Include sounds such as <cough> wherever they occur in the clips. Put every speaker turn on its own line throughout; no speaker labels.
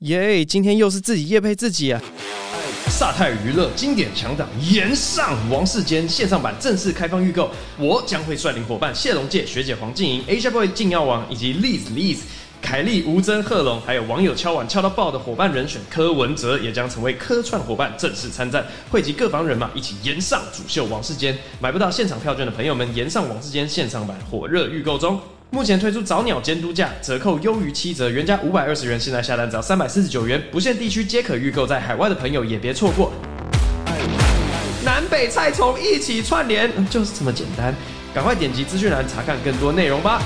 耶今天又是自己夜配自己啊！
萨泰娱乐经典强档《岩上王世坚》线上版正式开放预购，我将会率领伙伴谢龙介、学姐黄静莹、Asia Boy 静耀王以及 Liz Liz。凯莉、吴真、贺龙，还有网友敲碗敲到爆的伙伴人选柯文哲，也将成为科创伙伴，正式参战，汇集各方人马，一起延上主秀王世坚。买不到现场票券的朋友们，延上王世坚线上版火热预购中。目前推出早鸟监督价，折扣优于七折，原价五百二十元，现在下单只要三百四十九元，不限地区皆可预购，在海外的朋友也别错过。南北菜虫一起串联，就是这么简单，赶快点击资讯栏查看更多内容吧。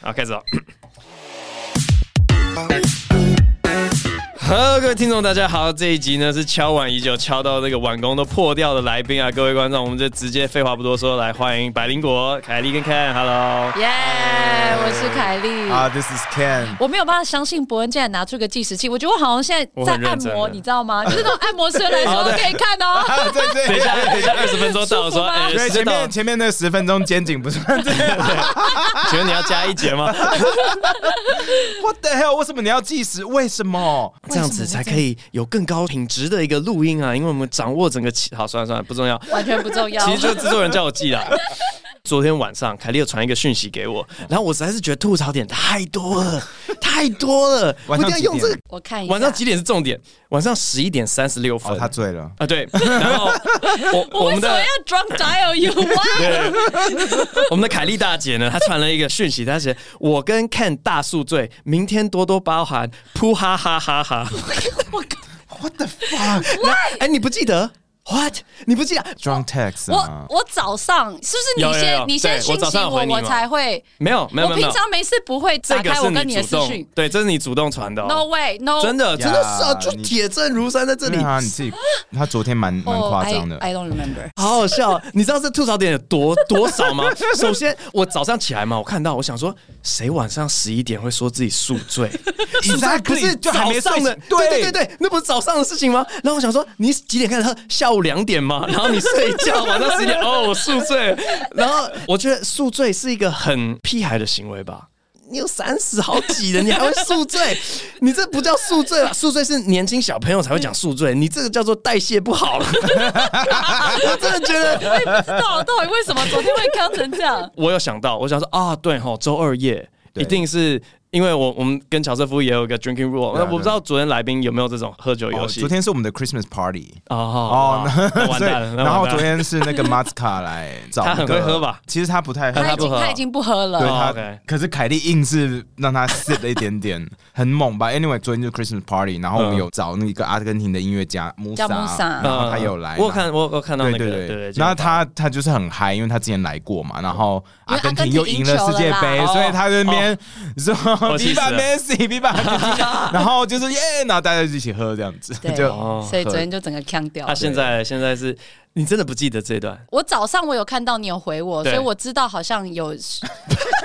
好，开始哦了。
Hello，各位听众，大家好！这一集呢是敲碗已久、敲到那个碗弓都破掉的来宾啊，各位观众，我们就直接废话不多说，来欢迎百灵果凯莉跟 Ken。Hello，
耶、我是凯莉。
啊、t h i s is Ken。
我没有办法相信伯恩竟然拿出个计时器，我觉得我好像现在
我
在
很
按
认真
摩，
的
你知道吗？就是那种按摩师来说
好的
可以看哦。
啊，对对，
等一下，等一下，二十分钟到了，
舒服
<laughs> 说哎
吗
哎，
对，
时间
前
到
面前面那十分钟肩颈不是 <laughs>
请问你要加一节吗？
？What the hell？为什么你要计时？为什么？
<laughs> 这样子才可以有更高品质的一个录音啊，因为我们掌握整个气，好，算了算了，不 <laughs> 重要。
完全不重要。
其实就是制作人叫我记啦。 <laughs> 昨天晚上，凯莉有传一个讯息给我，然后我实在是觉得吐槽点太多了，太多了，我一
晚
定
上
要
几
用这个
点。
我看一下，
晚上几点是重点？晚上十一点三十六分。
哦，他醉了。
啊，对，然
<laughs>
后我
我
我
为
们
什么
的
要 drunk dial you？Why？
<laughs> 我们的凯莉大姐呢，她传了一个讯息，她写我跟 Ken 大宿醉，明天多多包涵，噗哈哈哈哈。
What the fuck？Drunk
哎，你不记得？What？你不记得？
text
我
啊？
我早上是不是
有有
你先
有
你先
对
讯
我早
息
上有
我
回你嘛
我才会？
没有，没有，
我
没有，没
平
有。
常没事不会
这
打
个
开
是
我跟
你
的
主
私
动
讯。，
对，这是你主动传的、哦。
No way，No
真的，
Yeah，
真的是啊，就
你
铁证如山在这里
对，啊，你自己，他昨天蛮蛮
哦
夸
，I
张的。
I don't remember。 <laughs>
好好笑
<laughs>
哦。你知道这吐槽点有多多少吗？ <laughs> 首先，我早上起来嘛，我看到，我想说，谁晚上十一点会说自己宿
<laughs>
醉？宿醉
Exactly，
不是
就还
早
没睡
上
醒
的，
对
对对对对，那不是早上的事情吗？然后我想说，你几点开始喝？下午两点 <laughs> 吗？然后你睡觉，晚上十一点，哦，我宿醉。然后我觉得宿醉是一个很屁孩的行为吧。你有三十好几了，你还会宿醉？ <laughs> 你这不叫宿醉吧？宿醉是年轻小朋友才会讲宿醉，你这个叫做代谢不好了。 <laughs> 我真的觉得，
我也不知道到底为什么昨天会康成这样。
我有想到，我想说啊，对吼，周二夜
对
一定是因为我我们跟乔瑟夫也有一个 drinking rule，那
对啊
我不知道昨天来宾有没有这种喝酒游
哦，
戏。
昨天是我们的 Christmas party。
哦
哦
哦，，那
那
完
<laughs> 所以
蛋了，那完蛋了嗯
然后昨天是那个 Matska 来找
他很
那
会
个
喝吧
其实他不太
<laughs>
喝，
他
他已
不
经
喝
他已经不喝了。
对
哦
他
OK
可是凯莉硬是让他 sit 了一点点， <laughs> 很猛吧？Anyway，昨天就 Christmas party，然后我
嗯
们有找那个阿根廷的音乐家穆萨，
叫 Musa
然后他有来，
嗯我有看我有看到
对
那个
对
对
对，
结果
然后他他就是很嗨，因为他之前来过嘛，然后
因
啊阿
为阿
根
根廷
廷又赢了世界
赢
杯，
球了啦
所以他在那边说
哦我气死
Viva
了
<laughs>
Messi，Viva，然后就是耶，然后大家就一起喝这样子，
对
就
哦
所以昨天就整个呛掉
他
了。
现在现在是你真的不记得这段？
我早上我有看到你有回我，
对
所以我知道好像有。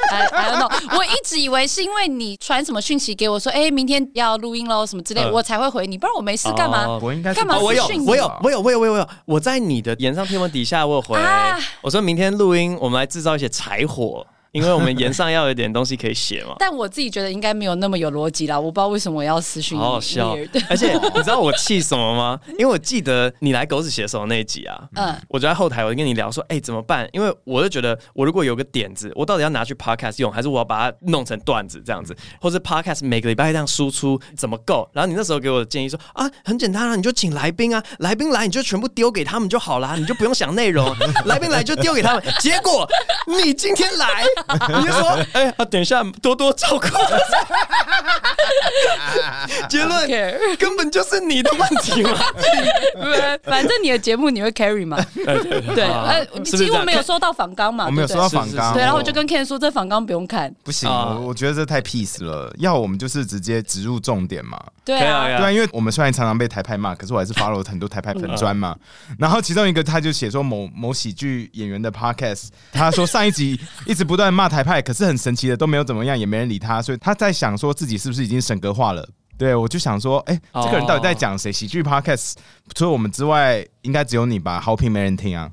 I I don't know，我一直以为是因为你传什么讯息给我说，哎、明天要录音喽什么之类，
嗯
我才会回你，不然我没事干嘛？
哦
我应该是
干嘛
哦，我有
私讯，你
我有，我有，我有，我有，我有，我在你的延上贴文底下，我有回
啊，。
我说明天录音，我们来制造一些柴火，因为我们延上要有点东西可以写嘛
<laughs> 但我自己觉得应该没有那么有逻辑啦，我不知道为什么我要私讯你。
好好笑
Weird ， <laughs>
而且你知道我气什么吗？因为我记得你来狗屎写手那一集啊，
嗯，
我就在后台，我就跟你聊说，哎、怎么办？因为我就觉得，我如果有个点子，我到底要拿去 podcast 用，还是我要把它弄成段子这样子，或是 podcast 每个礼拜这样输出怎么够？然后你那时候给我的建议说，啊，很简单啊，你就请来宾啊，来宾来你就全部丢给他们就好啦，你就不用想内 <laughs> 容，来宾来就丢给他们。结果你今天来，你就说，哎、啊等一下多多照顾。结 <laughs> 论
Care <laughs>
根本就是你的问题嘛。
反正你的节目你会 carry
<laughs>
嘛，对，呃，你
啊是不是
几
这
乎
样
没有收到访纲嘛，
我没有
对
收
不
到
对
访
是是
纲，
是
对，然后我就跟 Ken 说，这访纲不用看，
不行，
啊
我我觉得这太 peace 了。要我们就是直接植入重点嘛。
对
可以啊可以
啊
啊，
对啊，因为我们虽然常常被台派骂，可是我还是 follow 很多台派粉砖嘛。
嗯
然后其中一个他就写说某某喜剧演员的 podcast，他说上一
<laughs>
集一直不断骂台派，可是很神奇的都没有怎么样，也没人理他，所以他在想说自己是不是已经神格化了。对，我就想说，哎、
哦
这个人到底在讲谁？喜剧 podcast 除了我们之
<laughs>
外，应该只有你吧？好评没人听啊！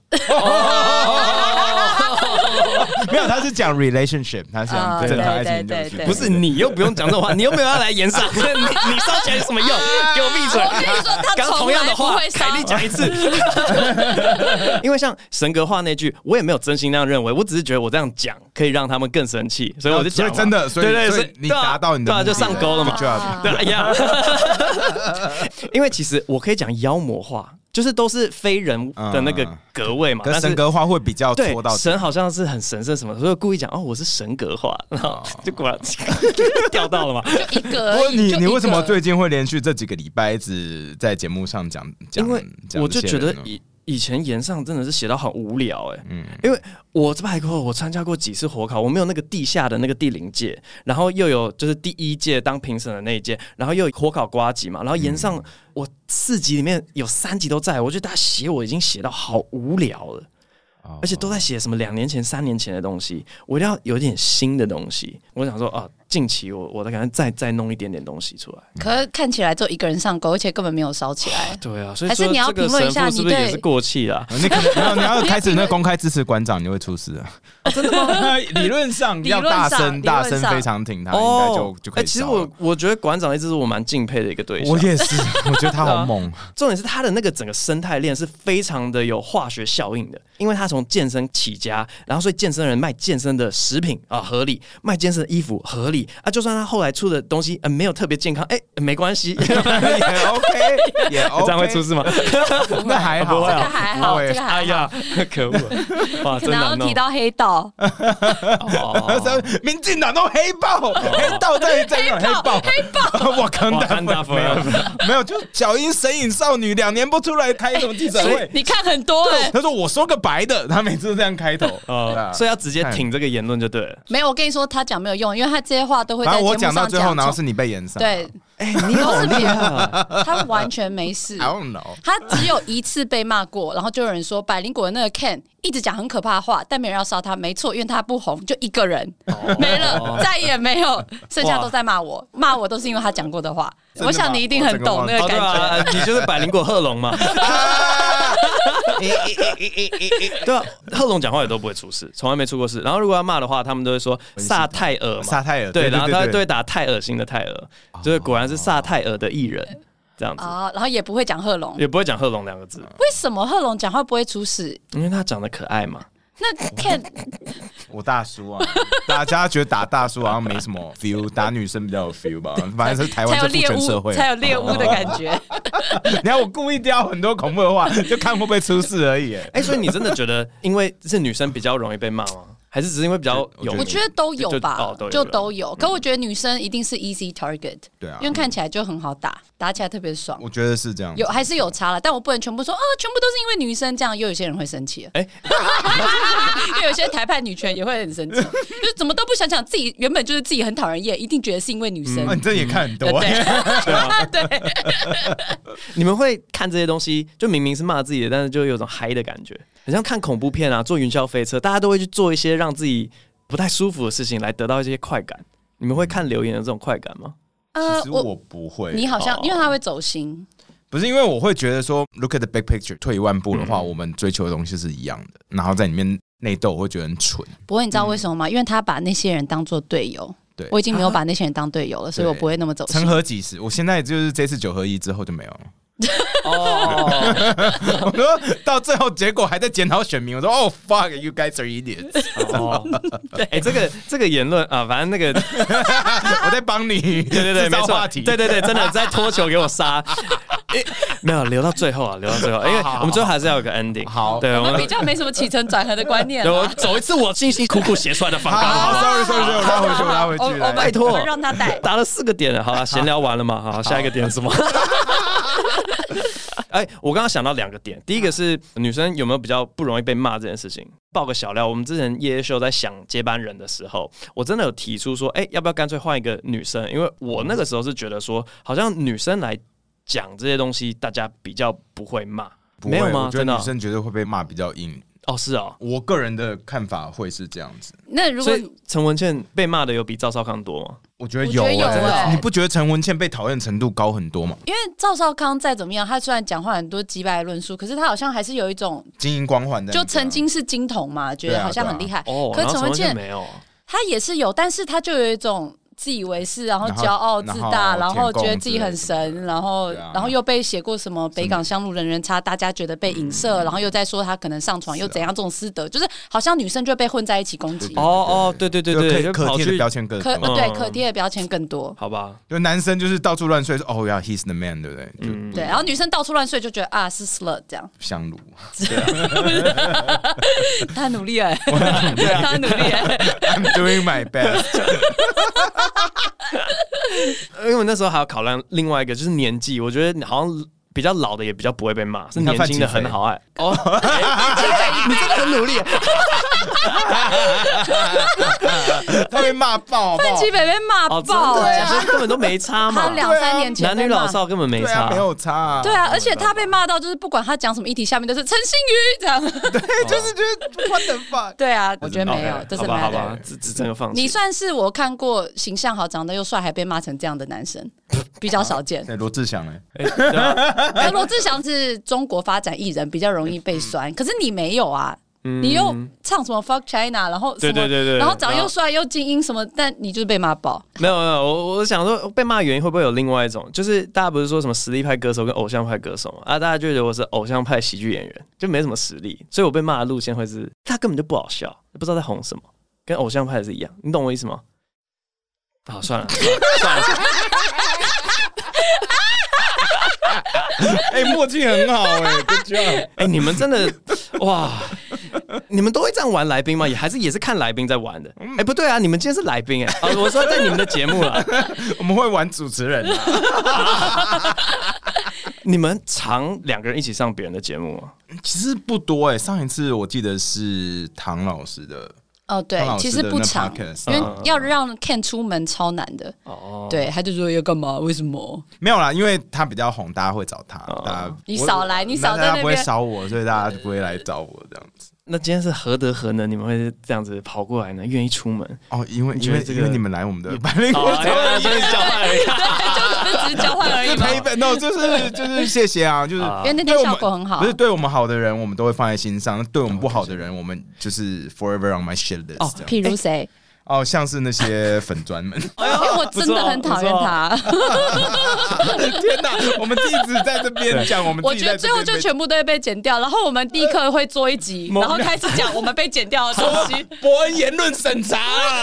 没有，他是讲 relationship，他是
啊
讲正常爱
对
情
对
的
对
事
对
<laughs>
情，
不是你又不用讲这种话，你又没有要来演
<laughs>
上，你你烧起来有什么用？给我闭嘴！
我跟你说他
啊刚
从
同样的
来
话
不会，烧
凯莉讲一次。 <laughs> 因为像神格话那句，我也没有真心那样认为，我只是觉得我这样讲可以让他们更生气，所以我就讲
啊所
了。
以真的，所以
对对，
所
所
以
以
你
对啊
达到你的
对啊，
目的
就上钩
<laughs>
了嘛。
Good job
对啊，一样。 <laughs> 因为其实我可以讲妖魔化，就是都是非人的那个格位嘛，
可是
但是
嗯神格化会比较
对
戳到
神好像是很神圣什么，所以故意讲哦，我是神格化，然
哦
后 <laughs> 就果然掉到了嘛。
就一个而
不过
已。
你
就
你
一
为什么
个
最近会连续这几个礼拜一直在节目上讲 <laughs> 讲？
因为
讲哦
我就
这
觉
些人
得
呢嗯
以以前岩上真的是写到很无聊哎、因为我这拜过我参加过几次火烤，我没有那个地下的那个第零届，然后又有就是第一届当评审的那一届，然后又有火烤瓜集嘛，然后岩上、
嗯
我四集里面有三集都在，我觉得大家写我已经写到好无聊了。
哦
而且都在写什么两年前、三年前的东西，我一定要有一点新的东西。我想说啊，近期我我的感觉再再弄一点点东西出来。
可是看起来就一个人上钩，而且根本没有烧起来。
对啊，所以
还是
说
你要
这个
评论一
神
下
父
你
是不是也
对
是过气了？
哦你可能，然后你要开始那公开支持馆长，你会出事啊！
哦
真的吗？理论上要大声
理论上理论
大
上
声非常挺他，应该就就可
哎
以
其实
烧了
我我觉得馆长一直是我蛮敬佩的一个对象。
我也是， <laughs> 我觉得他好猛。
重点是他的那个整个生态链是非常的有化学效应的，因为他从健身起家，然后所以健身人卖健身的食品啊合理，卖健身的衣服合理啊，就算他后来出的东西呃没有特别健康，哎、没关
<laughs>
系，
也 OK，也 OK，
这样会出事吗？
那还好，
不会啊这个
还好
不会
这个还好
哎呀，可
<laughs>
恶啊，哇，真
然后
难弄
提。到黑
<laughs>
道，
哦
民进党都黑豹，黑道啊在在那黑豹，黑豹， <laughs> 我看
哇
到
看到
没有
forever
<laughs> 没有，就小英神隐少女两年不出来开什么记者
<laughs>
会，
你看很多哎、
他说我说个白的，他每次都这样
<laughs>
开头，对啊
哦，所以要直接挺这个言论就对了。
没有，我跟你说，他讲没有用，因为他这些话都会在节
反正我
目上
讲到最后，然后
中
是你被延上， <laughs>
对，
哎、你好厉害啊！
他完全没事
，I。don't know。
他只有一次被骂过， <laughs> 然后就有人说百灵果的那个 Ken 一直讲很可怕的话，但没人要烧他。没错，因为他不红，就一个人、
哦
没了，再也没有，剩下都在骂我，骂我都是因为他讲过的话。
真的吗
我想你一定很懂那
的
个
哦，对
感觉。
啊，你就是百灵果贺龙
<laughs>
嘛。
啊
<laughs> 对啊，贺龙讲话也都不会出事，从来没出过事。然后如果要骂的话，他们都会说萨泰尔嘛，
萨泰尔
对，
对对
然后
对
他
对哦
都会打太恶心的太恶，就是果然是萨泰尔的艺人这样子，
啊，然后也不会讲贺龙，
也不会讲贺龙两个字，
为什么贺龙讲话不会出事？
因为他长得可爱嘛。
那
哎
Ken
我大叔啊， <laughs> 大家觉得打大叔好像没什么 feel，打女生比较有 feel 吧？反正是
才
台湾
有
是父
猎
权社
物，
会。
才有猎物的感觉。
<laughs> 你看我故意叼很多恐怖的话，就看会不会出事而已。哎
<laughs> 哎，所以你真的觉得，因为是女生比较容易被骂吗？还是只是因为比较有？
我觉得都有
就
吧
哦都，有
就都有。可我觉得女生一定是 easy target，
对啊
因为看起来就很好打，打起来特别爽。
我觉得是这样。
有还是有差了，但我不能全部说啊，全部都是因为女生这样，又有些人会生气。 <laughs> 哎
哎， <laughs>
因为有些台派女权也会很生气，就是怎么都不想想自己原本就是自己很讨人厌，一定觉得是因为女生
哦，。你这也啊看很
对
多。欸
<laughs> 对对，
你们会看这些东西，就明明是骂自己的，但是就有一种嗨的感觉，很像看恐怖片啊，坐云霄飞车，大家都会去做一些让自己不太舒服的事情，来得到一些快感。你们会看留言的这种快感吗？
呃
其实我啊不会，
你好像
哦
因为他会走心，
不是因为我会觉得说，look at the big picture，退一万步的
嗯
话，我们追求的东西是一样的，然后在里面内斗，我会觉得很蠢。
不过你知道为什么吗？因为他把那些人当做队友，
嗯对啊
我已经没有把那些人当队友了，所以我不会那么走心 <laughs>
成。何几时？我现在就是这次九合一之后就没有了。 <laughs>
哦，
我说到最后结果还在检讨选民，我说哦、fuck，you guys are idiots，
<laughs>
<laughs>
哎、这个这个言论啊，反正那个 <laughs>
我在帮你
对对对，
制造
没错
话，题，
对对对，真的在拖球给我杀。诶没有留到最后啊，留到最后，因为我们最后还是要有个 ending。
好
对，我
我们比
们
较没什么起承转合的
<laughs>
观念
<laughs>
对我
啦。
走一次我辛辛苦苦写出来的
好
方法。好不
好
好
，sorry sorry sorry，我拉回去，我拉回
我
去，来
我
拜
们
托
我们让他带。
打了四个点了，好了，闲聊完了嘛，好，下一个点是什么？ <laughs> 哎，我刚刚想到两个点，第一个是女生有没有比较不容易被骂这件事情。爆个小料，我们之前夜夜秀在想接班人的时候，我真的有提出说，哎，要不要干脆换一个女生？因为我那个时候是觉得说，好像女生来讲这些东西，大家比较不会骂，
不会
没有吗？
我觉
真
得
的
女生绝对会被骂比较硬。
哦，是哦。
我个人的看法会是这样子，
<laughs> 那如
所
果
以陈文倩被骂的有比赵少康多吗？
我觉得
我
有、
觉得有
欸，
欸
你不觉得陈文茜被讨厌程度高很多吗？
因为赵少康再怎么样，他虽然讲话很多几百论述，可是他好像还是有一种，
精英光环的，
就曾经是金童
啊
嘛，觉得好像很厉害。
哦，
可
然
是
后陈
陈文
文
茜
茜没有。
他也是有，但是他就有一种自以为是，然后
然后
骄傲自大，
然
然
后
后
舔共
觉得自己很神，然后
对啊
然后又被写过什么北港香炉人人差，大家觉得被影
嗯
射，然后又在说他可能上床又
啊
怎样这种私德，就是好像女生就被混在一起攻击
哦
对。
哦，对对对对，
就
就
可可
跑
贴的
去
标签更
可
高。
嗯
对可贴的标签更多，
好吧，
就男生就是到处乱睡，说哦呀、h e s the man，对不对？就
嗯，
对，然后女生到处乱睡就觉得啊是 slut 这样，
香炉，
<laughs>
<laughs>
他很努力
<laughs>
哎、
啊
<laughs> 他很努力哎、
I'm doing my <laughs> best。
呃因为我那时候还要考量另外一个，就是年纪，我觉得好像比较老的也比较不会被骂，是
你看
年
范
轻的
琪斐
很好爱。哦， <laughs> 哎你真的很努力。
他被骂爆好不
范
好
琪？北被骂
哦，真
爆
的，
哎、
假设根本都没差
他
嘛，
两三年前
男女
被骂
老少根本没
对啊，
差
没。有差、啊。
对啊，而且他被骂到就是不管他讲什么议题，下面都是陈信宇这样。
就是觉得 what the
<laughs>
fuck。
对
<laughs>
啊，我觉得没
OK，
有，这是
好吧，好
matter
吧。，这这整个放弃
你算是我看过形象好、长得又帅，还被骂成这样的男生，比较少
<laughs>
见。
对，罗志祥 <laughs> 哎、
哎对啊
而罗志祥是中国发展艺人，比较容易被酸，可是你没有啊。你又唱什么 fuck China，然后什
嗯
么，
对对对对啊
然后长
然
又
后
帅又精英什么，但你就是被骂爆。
没有没有，我我想说被骂的原因会不会有另外一种？就是大家不是说什么实力派歌手跟偶像派歌手嘛？啊，大家就觉得我是偶像派喜剧演员，就没什么实力，所以我被骂的路线会是他根本就不好笑，不知道在红什么，跟偶像派是一样，你懂我意思吗？好，算了，算了，算了
<laughs> 哎、墨镜很好哎、欸，good job。
哎、你们真的哇，你们都会这样玩来宾吗？也还是也是看来宾在玩的？哎、不对啊，你们今天是来宾哎、啊，我说在你们的节目啊啦，
<laughs> 我们会玩主持人啊，
你们常两个人一起上别人的节目吗？
其实不多哎、上一次我记得是唐老师的，
哦，对
当老，师
其实
的
不
那
长，
podcast，
因为
嗯
要让 Ken 出门超难的。
哦，
对，他就说要干嘛？为什么？
没有啦，因为他比较红，大家会找他，
哦
大家
你
我
少来你少在
大
那
家
边
不会少我，所以大家就不会来找我这样子。
那今天是何德何能，你们会这样子跑过来呢？愿意出门？
哦，因为
你
因
觉得
为
这
因
个
为你们来我们的百灵
<laughs> 哦，
果
哎呀真是交换而已。
对， <laughs> 就只是交换而已嘛。
陪伴，no，就是就是谢
<laughs>
谢啊，就是
啊
因为那
对
天
我
效
们
果很好
不。是对我们好的人，我们都会放在心上；对我们不好的人，我们就是 forever on my shit list
哦
这样。
譬如谁？
哦，像是那些粉
<laughs>
砖们，
因为我真的很讨厌
啊
他。
天哪，我们一直在这边讲，啊我们
我
自己
觉
在
得
这
最后
边
就
被
全部都会被剪掉，然后我们立刻会做一
<laughs>
集，
猛
啊
然后开始讲我们被剪掉的东西。
伯恩言论审查啊。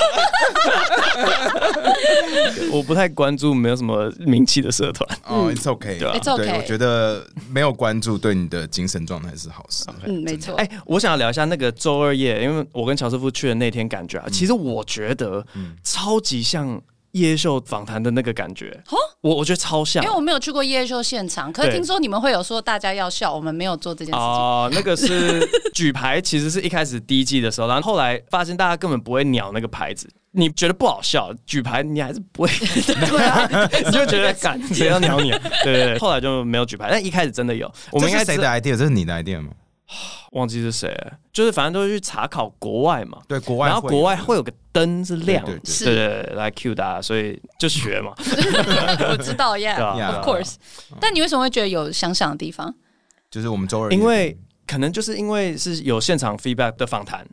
<laughs> 我不太关注没有什么名气的社
<laughs>
团。
哦，it's okay，
对啊
It's okay
对我觉得没有关注对你的精神状态是好事。
嗯，没错。
哎、我想要聊一下那个周二夜，因为我跟乔师傅去的那天感觉啊，
嗯
其实我觉得超级像叶秀访谈的那个感觉。我我觉得超像
因为。我没有去过夜秀现场，可是
对
听说你们会有说大家要笑，我们没有做这件事情。
哦，那个是举牌，其实是一开始第一季的时候，然后后来发现大家根本不会鸟那个牌子，你觉得不好笑，举牌你还是不会， <laughs> 对啊，你就觉得敢谁要鸟你、啊？对对 <laughs> 对，后来就没有举牌，但一开始真的有，我
我
们应该
是谁
知
的 idea？这是你的 idea 吗？
忘记是谁了，就是反正都是去查考国外嘛，
对国外
然后
会
国
有
外会有个灯是亮的，
对对
对
对
对对来 cue 大家，所以就学嘛，
<laughs> 我知道
对啊
对啊
，Yeah，of course。但你为什么会觉得有想想的地方？
就是我们周二
因为可能就是因为是有现场 feedback 的访谈。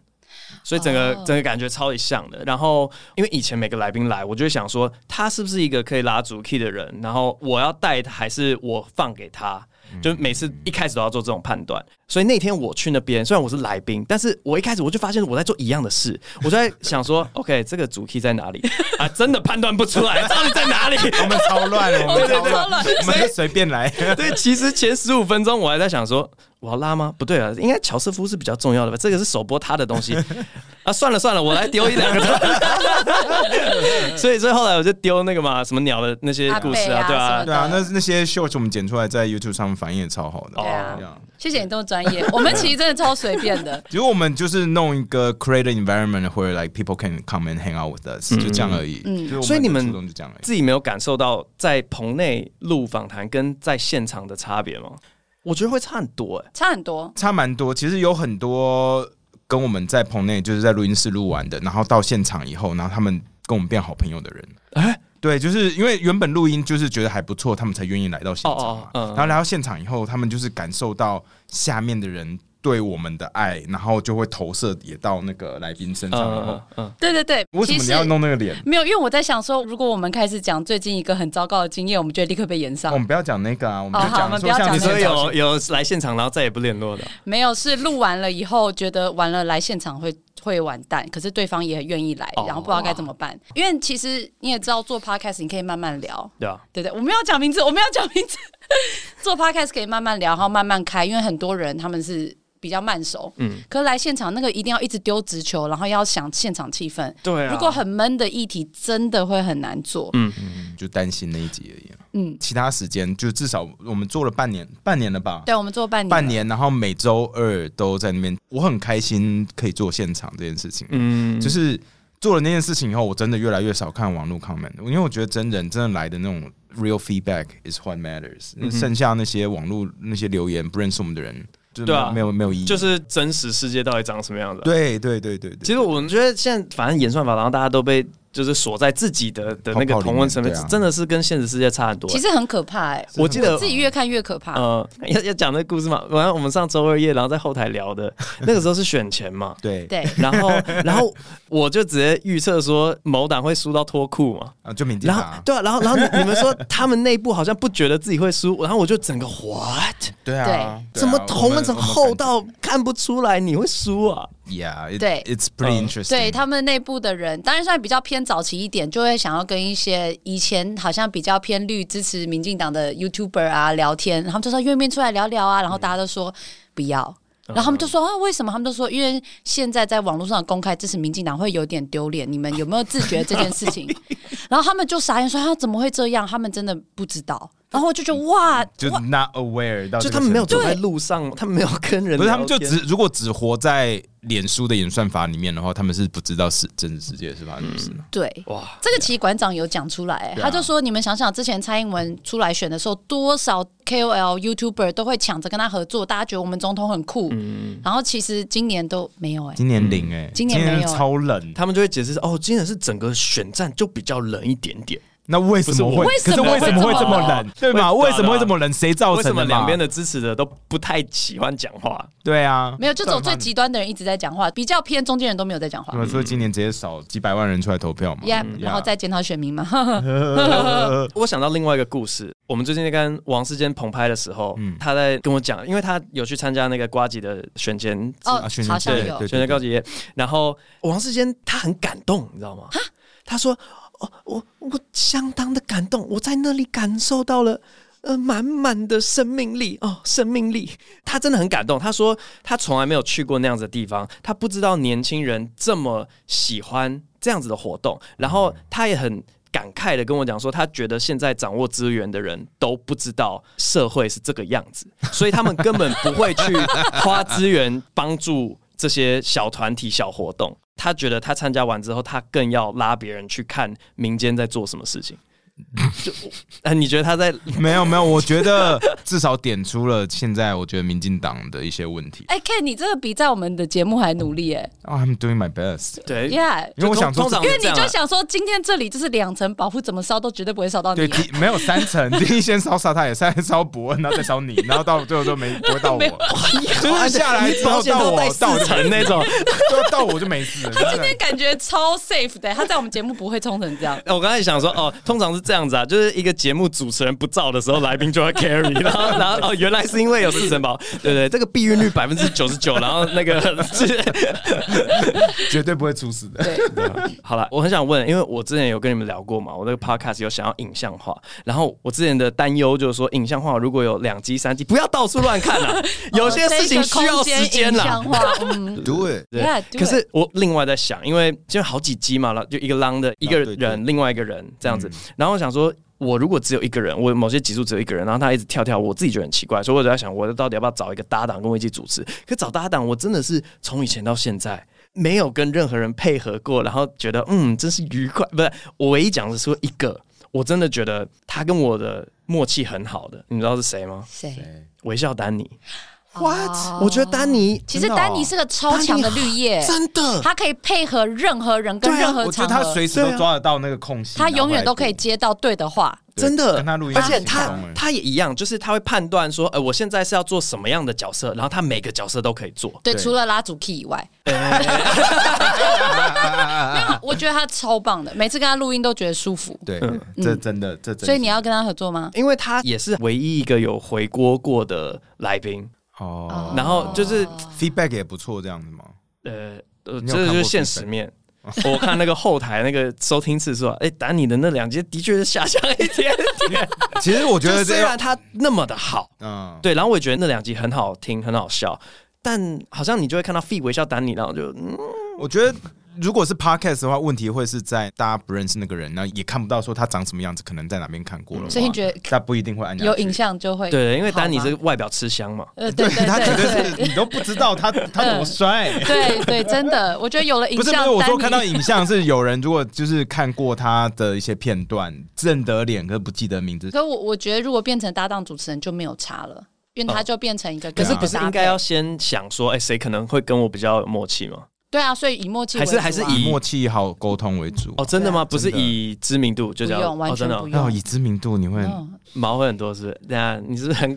所以整个、
哦
整个感觉超级像的。然后，因为以前每个来宾来，我就会想说，他是不是一个可以拉主 key 的人？然后我要带他，还是我放给他？就每次一开始都要做这种判断。所以那天我去那边，虽然我是来宾，但是我一开始我就发现我在做一样的事，我就在想说 <laughs> ，OK，这个主 key 在哪里啊？真的判断不出来，到底在哪里？
我们超乱了，
<laughs>
我
我
们
们
超
超
乱，
乱，
我们就随便来。
<laughs> 对，其实前十五分钟我还在想说，我要拉吗？不对啊，应该乔瑟夫是比较重要的吧？这个是首播他的东西啊，算了算了，我来丢一两个。 <laughs> 所以所以后来我就丢那个嘛，什么鸟的那些故事啊，
阿贝
对
啊什么
啊
的，
对啊，那那些 short 我们剪出来在 YouTube 上面反应也超好
哦
的。
对啊
这样
谢谢你这么专业。我们其实真的超随便的。
其实我们就是弄一个 create an environment where like people can come and hang out with us，就这样而已。嗯，
所以你们
初衷就这样而已。
自己没有感受到在棚内录访谈跟在现场的差别吗？我觉得会差很多哎、
差很多。
差蛮多。其实有很多跟我们在棚内，就是在录音室录完的，然后到现场以后，然后他们跟我们变好朋友的人。
哎
对，就是因为原本录音就是觉得还不错，他们才愿意来到现场嘛。
哦哦嗯
然后来到现场以后，他们就是感受到下面的人对我们的爱，然后就会投射也到那个来宾身上。然后
嗯嗯嗯，
对对对，
<laughs> 为什
其
么你
实
要弄那个脸？
没有，因为我在想说，如果我们开始讲最近一个很糟糕的经验，我们就会立刻被延上。
我们不要讲那个啊，我们
哦
就
好我
讲
们不
说
要
像
讲
你
你
那
说
个
现场
有有来现场，然后再也不联络的，
没有，是录完了以后觉得完了来现场会会完蛋，可是对方也愿意来，
哦
然后不知道该怎么办。因为其实你也知道，做 podcast 你可以慢慢聊，
对吧、
对对，我们要讲名字，我们要讲名字。做 podcast 可以慢慢聊，然后慢慢开，因为很多人他们是比较慢熟，嗯，可是来现场那个一定要一直丢直球，然后要想现场气氛。
对啊
如果很闷的议题，真的会很难做。嗯，
嗯就担心那一集而已、嗯，其他时间就至少我们做了半年，半年了吧？
对，我们做半年，
半，年，然后每周二都在那边，我很开心可以做现场这件事情。
嗯，
就是做了那件事情以后，我真的越来越少看网络 comment，因为我觉得真人真的来的那种 real feedback is what matters，、剩下那些网络那些留言不认识我们的人，就
对啊
没有没有意义。
就是真实世界到底长什么样子啊、
对对对对对，
其实我们觉得现在反正演算法，然后大家都被就是锁在自己的的那
泡泡
个
里
同
面
温层面
对啊，
真的是跟现实世界差很多。
其实很可怕哎、
我记得
自己越看越可怕。
呃， <laughs> 要要讲那个故事嘛， <laughs> 完了我们上周二夜，然后在后台聊的，那个时候是选前
<laughs>
嘛，
对
对，
然后然后我就直接预测说某党会输到脱裤
<laughs>
嘛，
啊，就缅甸
然
吧
后，对啊，然后然后你你们说他们内部好像不觉得自己会输，然后我就整个 what？
对啊，
对
对啊
怎么同温层厚
我
到看不出来你会输啊？
们？Yeah，it-
对
，it's pretty
嗯
interesting。
对他们内部的人，当然算比较偏早期一点，就会想要跟一些以前好像比较偏绿、支持民进党的 YouTuber 啊聊天，然后他们就说愿不愿意出来聊聊啊，然后大家都说不要。
嗯
然后他们就说啊，为什么？他们就说，因为现在在网络上公开支持民进党会有点丢脸，你们有没有自觉这件事 <laughs> 情？然后他们就傻眼说，啊，怎么会这样？他们真的不知道。然后我就觉得哇，
嗯
就 not aware 到这
就他
个
们没有
程度
走在路上，他们没有跟人聊天，
不是他们就只如果只活在脸书的演算法里面的话，他们是不知道是真实世界是发生什么事
嗯
的。
对，
哇
这个其实馆长有讲出来、欸
对啊
他就说你们想想，之前蔡英文出来选的时候，多少 KOL、YouTuber 都会抢着跟他合作，大家觉得我们总统很酷，
嗯
然后其实今年都没有哎、
今年零
欸
哎、
今年没有
超冷，
他们就会解释哦，今年是整个选战就比较冷一点点，
那为什么会？
为什么
可是为什么会这么
会这么
冷
冷？
对吧？
会
为什么会这么冷？谁造
为
成
什么
的嘛？
两边的支持者都不太喜欢讲话？
对啊，
没有，就走最极端的人一直在讲话，比较偏中间人都没有在讲话
我。说今年直接少几百万人出来投票嘛
Yeah，、
嗯
然后再检讨选民
<laughs>
嘛，
我想到另外一个故事，我们最近在跟王世坚棚拍的时候，
嗯
他在跟我讲，因为他有去参加那个瓜吉的选前
哦
啊，选
好
举
像
对
有
对
选前
对
告捷，然后王世坚他很感动，你知道吗？他说：“哦，我我相当的感动，我在那里感受到了。”呃，满满的生命力哦，生命力！ <laughs> 他真的很感动。他说他从来没有去过那样子的地方，他不知道年轻人这么喜欢这样子的活动。然后他也很感慨的跟我讲说，他觉得现在掌握资源的人都不知道社会是这个样子，所以他们根本不会去花资源帮助这些小团体、小活动。他觉得他参加完之后，他更要拉别人去看民间在做什么事情。就啊，你觉得他在
没有没有，我觉得至少点出了现在我觉得民进党的一些问题。
哎、Ken，你这个比在我们的节目还努力哎、
哦，I'm doing my best，
对
Yeah，
因为我想说
通常
因为
是这样
你
啊
就想说今天这里就是两层保护，怎么烧都绝对不会烧到你
<laughs> 对，
啊、
第没有三 <laughs> 层，第一先烧沙他也，再烧伯恩，然后再烧你，然后到最后都没不会到
<laughs>
我，
没有
就是下来之后
啊哦保险
到
都带
我
四
到我就
层那 <laughs>
哦
种。
就到我就没事了。
他今天感觉超 safe 的、他在我们节目不会冲成这样。
我刚才想说，哦，通常是这样子啊，就是一个节目主持人不照的时候，来宾就要
<laughs>
carry，然后然后哦，原来是因为有四层保，对对，这个避孕率百分之九十九，然后那个是
<laughs> 绝对不会出事的。
好了，我很想问，因为我之前有跟你们聊过嘛，我那个 podcast 有想要影像化，然后我之前的担忧就是说，影像化如果有两集、三集，不要到处乱看
<laughs>
啊，有些事情需要时间啊啦
影
哦
像。化，嗯，
Do it，
对
Yeah, do
可是我另外在想，因为就好几集嘛，然后就一个 long 的一个
对
人，
对
另外一个人这样子，然后我想说。我如果只有一个人，我某些集数只有一个人，然后他一直跳跳，我自己觉得很奇怪，所以我就在想，我到底要不要找一个搭档跟我一起主持？可找搭档，我真的是从以前到现在没有跟任何人配合过，然后觉得嗯，真是愉快。不是，我唯一讲的是说一个，我真的觉得他跟我的默契很好的，你知道是谁吗？
谁
微笑丹尼。
？What？
我觉得丹尼
哦其实丹尼是个超强的绿叶，
真的
他可以配合任何人跟
对啊
任何
我觉
场
得他
合，
随时都抓得到那个空隙，
他
然后
永远都可以
来
接到对的话。
做
真
对
的
跟他录音
而
很
且
像欸，
他他也一样，就是他会判断说，呃，我现在是要做什么样的角色，然后他每个角色都可以做。
对，
对
除了拉主 key 以外， <laughs> 我觉得他超棒的，每次跟他录音都觉得舒服。
对，这真的这
嗯
真的，
所以你要跟他合作吗？
因为他也是唯一一个有回锅过的来宾，
哦
然后就是、
feedback 也不错这样子吗？
呃呃，
你有看
这
过
就是现实
<laughs>
面。我看那个后台那个收听次数啊，哎、丹尼的那两集的确是下降
<laughs>
一点 <laughs> 点。
其实我觉
就
得
啊
虽
这样
然，他那么的好，
嗯，
对，然后我也觉得那两集很好听，很好笑，但好像你就会看到 Fee 微笑丹尼，然后就嗯
我觉得如果是 podcast 的话，问题会是在大家不认识那个人，然后也看不到说他长什么样子，可能在哪边看过了，
嗯所以你觉得
他不一定会按下去 <laughs>
有影，像就会
对，因为
哎好吗
丹尼是外表吃香嘛，
呃
对
对对
<laughs> 他绝对
对嗯
是你都不知道他他怎么摔。
对对对，真的，我觉得有了影
<laughs> 不是不
像
是，，我说
丹尼
看到影像是有人如果就是看过他的一些片段，认得脸可是不记得名字，
可我我觉得如果变成搭档主持人就没有差了，因为他就变成一个
哦可
跟
是
你
不是
搭配
应该要先想说，哎、谁可能会跟我比较有默契吗？
对啊，所以以默契
还是
为主啊
还是以
以默契好沟通为主。
哦，真的吗？不是
真的
以知名度就
啊不
这样，
用完
哦，真
全
的
不
哦
要
用
以知名度，你会
嗯
毛会很多是不是？等下你是不是很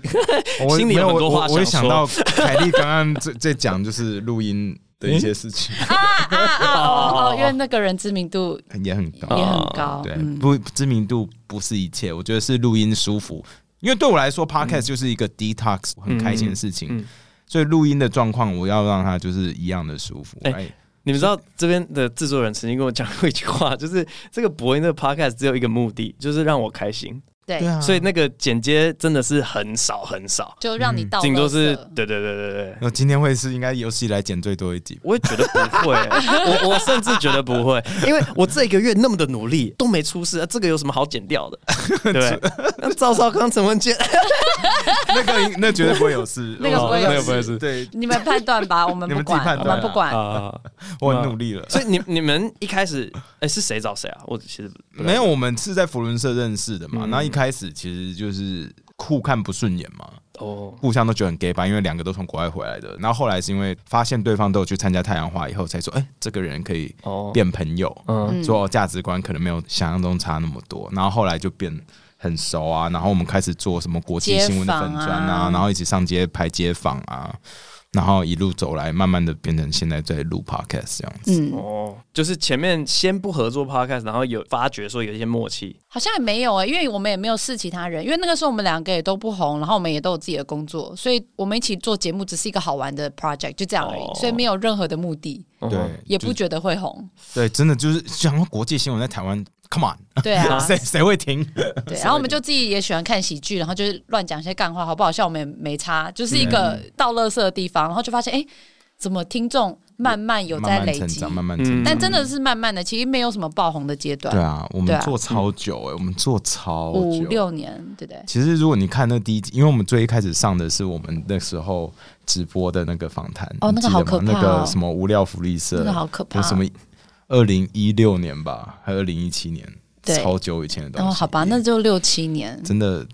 我
心里有
没
很多
我
话
我我一
想
想
说
到凯莉刚刚 <laughs> 在在讲就是录音的一些
<laughs>
事情，
啊啊
哦
哦
哦 <laughs>
哦，因为那个人知名度
也很高。
也很高，
对，
嗯，
不知名度不是一切，我觉得是录音舒服。因为对我来说，podcast 就是一个 detox 很开心的事情，
嗯嗯
所以录音的状况我要让它就是一样的舒服。
哎
哎、
你们知道这边的制作人曾经跟我讲过一句话，就是这个博音的 podcast 只有一个目的，就是让我开心，
对
对，啊，
所以那个剪接真的是很少很少，
就让你
嗯
到
顶多
垃圾
是对对对对对。
那哦今天会是应该有史以来剪最多一
<laughs>
集。
我也觉得
<laughs>
不会、我我甚至觉得不会，因为我这一个月那么的努力都没出事，啊、这个有什么好剪掉
<laughs>
的？对不对，那赵少康、陈文健，
那个那绝对不会有事，哦
那个不会有事那个不会有
事
对，
你们判断吧，我们
<laughs> 你
不
们自己
管，
判
我
断
们不管。
啊，
我很努力了。
所以你你们一开始，哎、是谁找谁啊？我其实不
没有，我们是在福伦社认识的嘛，那、一开始其实就是互看不顺眼嘛，
哦，
互相都觉得很 gay 吧，因为两个都从国外回来的。然后后来是因为发现对方都有去参加太阳花以后，才说，哎、这个人可以
哦
变朋友，
嗯
嗯，说哦价值观可能没有想象中差那么多。然后后来就变很熟啊，然后我们开始做什么国际新闻的粉砖
街访
啊
啊，
然后一起上街拍街访啊，然后一路走来，慢慢的变成现在在录 podcast 这样子。
嗯，
哦，就是前面先不合作 podcast，然后有发觉说有一些默契，
好像也没有啊、因为我们也没有试其他人，因为那个时候我们两个也都不红，然后我们也都有自己的工作，所以我们一起做节目只是一个好玩的 project，就这样而已，
哦
所以没有任何的目的，
对 <laughs>
嗯，
也
就
不觉得会红，
对，真的就是想说国际新闻在台湾，Come on，
对
<laughs>
啊，
谁谁会听？
对。然后我们就自己也喜欢看喜剧，然后就是乱讲一些干话，好不好笑我们也没差，就是一个
嗯
倒垃圾的地方，然后就发现哎、诶怎么听众慢慢有在
慢慢
累
成
积，
长，慢慢成长。
但真的是慢慢的，其实没有什么爆红的阶段，
对啊，我
对
们
啊
做超久哎、我们做超
五
久。
六年，对不对？
其实如果你看那第一集，因为我们最一开始上的是我们那时候直播的那个访谈，
哦那个
你记得
好可
吗
怕哦
那个什么无料福利社，
那个好可怕哦
有什么二零一六年吧，还有二零一七年，
对
超久以前的东
然
西。
哦后好吧，那就六七年，
啊真的。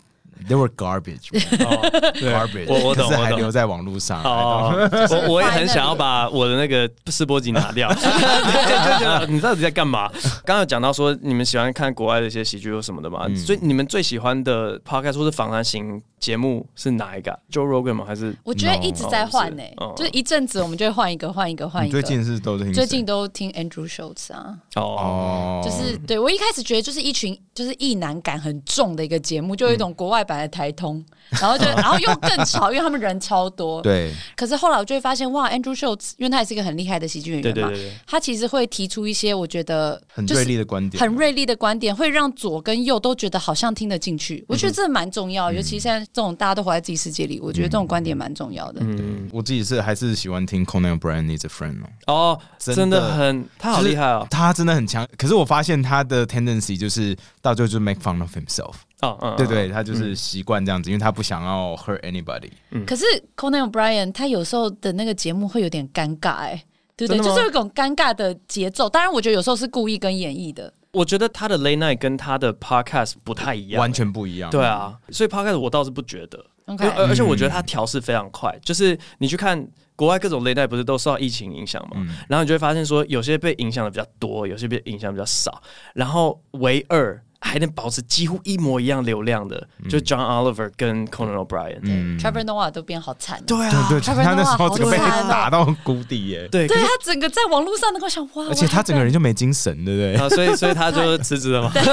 They were
<laughs>
garbage, man.
对
garbage.
我我懂
可是还
我懂
留在网络上。
哦，我我也很想要把我的那个试播集拿掉， <laughs> 就觉得你到底在干嘛？刚刚有讲到说你们喜欢看国外的一些喜剧或什么的
嗯
嘛，所以你们最喜欢的 podcast 或是访谈型节目是哪一个啊？Joe Rogan 吗？还是
我觉得一直在换
No，
呢、
哦
就是一阵子我们就会换一个，换一个，换
你
一个。
最近是都是听
最
谁
近都听 Andrew Schultz 啊，
哦
哦，
就是对我一开始觉得就是一群就是意男感很重的一个节目，
嗯
就有一种国外版的台通，然后就然后又更吵，因为他们人超多。。
<laughs> 对
可是后来我就会发现，哇，Andrew Schultz，因为他也是一个很厉害的喜剧演员
对
嘛，
对对对，
他其实会提出一些我觉得
很
就是
锐利的观点，
很锐利的观点，会让左跟右都觉得好像听得进去。我觉得
嗯
这蛮重要，尤其现在这种大家都活在自己世界里，我觉得
嗯
这种观点蛮重要的。
嗯，
我自己是还是喜欢听 Conan O'Brien needs a friend 哦，
哦，
真的
真的很，他好厉害
就
哦
是，他真的很强。可是我发现他的 tendency 就是到最后就是 make fun of himself，、
哦嗯，嗯
对，对，他就是习惯这样子，因为他不想要 hurt anybody。
嗯
可是 Conan O'Brien 他有时候的那个节目会有点尴尬、哎，对不
真
对？
的吗
就是有一种尴尬的节奏。当然，我觉得有时候是故意跟演绎的，
我觉得他的 late night 跟他的 podcast 不太一样，
完全不一样。嗯
对啊，所以 podcast 我倒是不觉得，
OK
而而且我觉得它调试非常快，就是你去看。国外各种 late night 不是都受到疫情影响嘛？
嗯
然后你就会发现说，有些被影响的比较多，有些被影响比较少。然后唯二还能保持几乎一模一样流量的，
嗯
就 John Oliver 跟 Conan O'Brien。
Trevor Noah 都变好惨哦，
嗯对啊，
对对，
Trevor
他那时
Noah
候
好
整个被
惨哦
打到谷底耶，
对
对
可
他
是
整个在网络上能够想哇，
而且他整个人就没精神，对不 <laughs>
啊，所以所以他
<laughs>
就辞职了嘛。
对？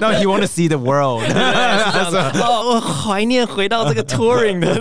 那 he want to see the world，
<laughs>
<laughs>
哦，我怀念回到这个 touring 的，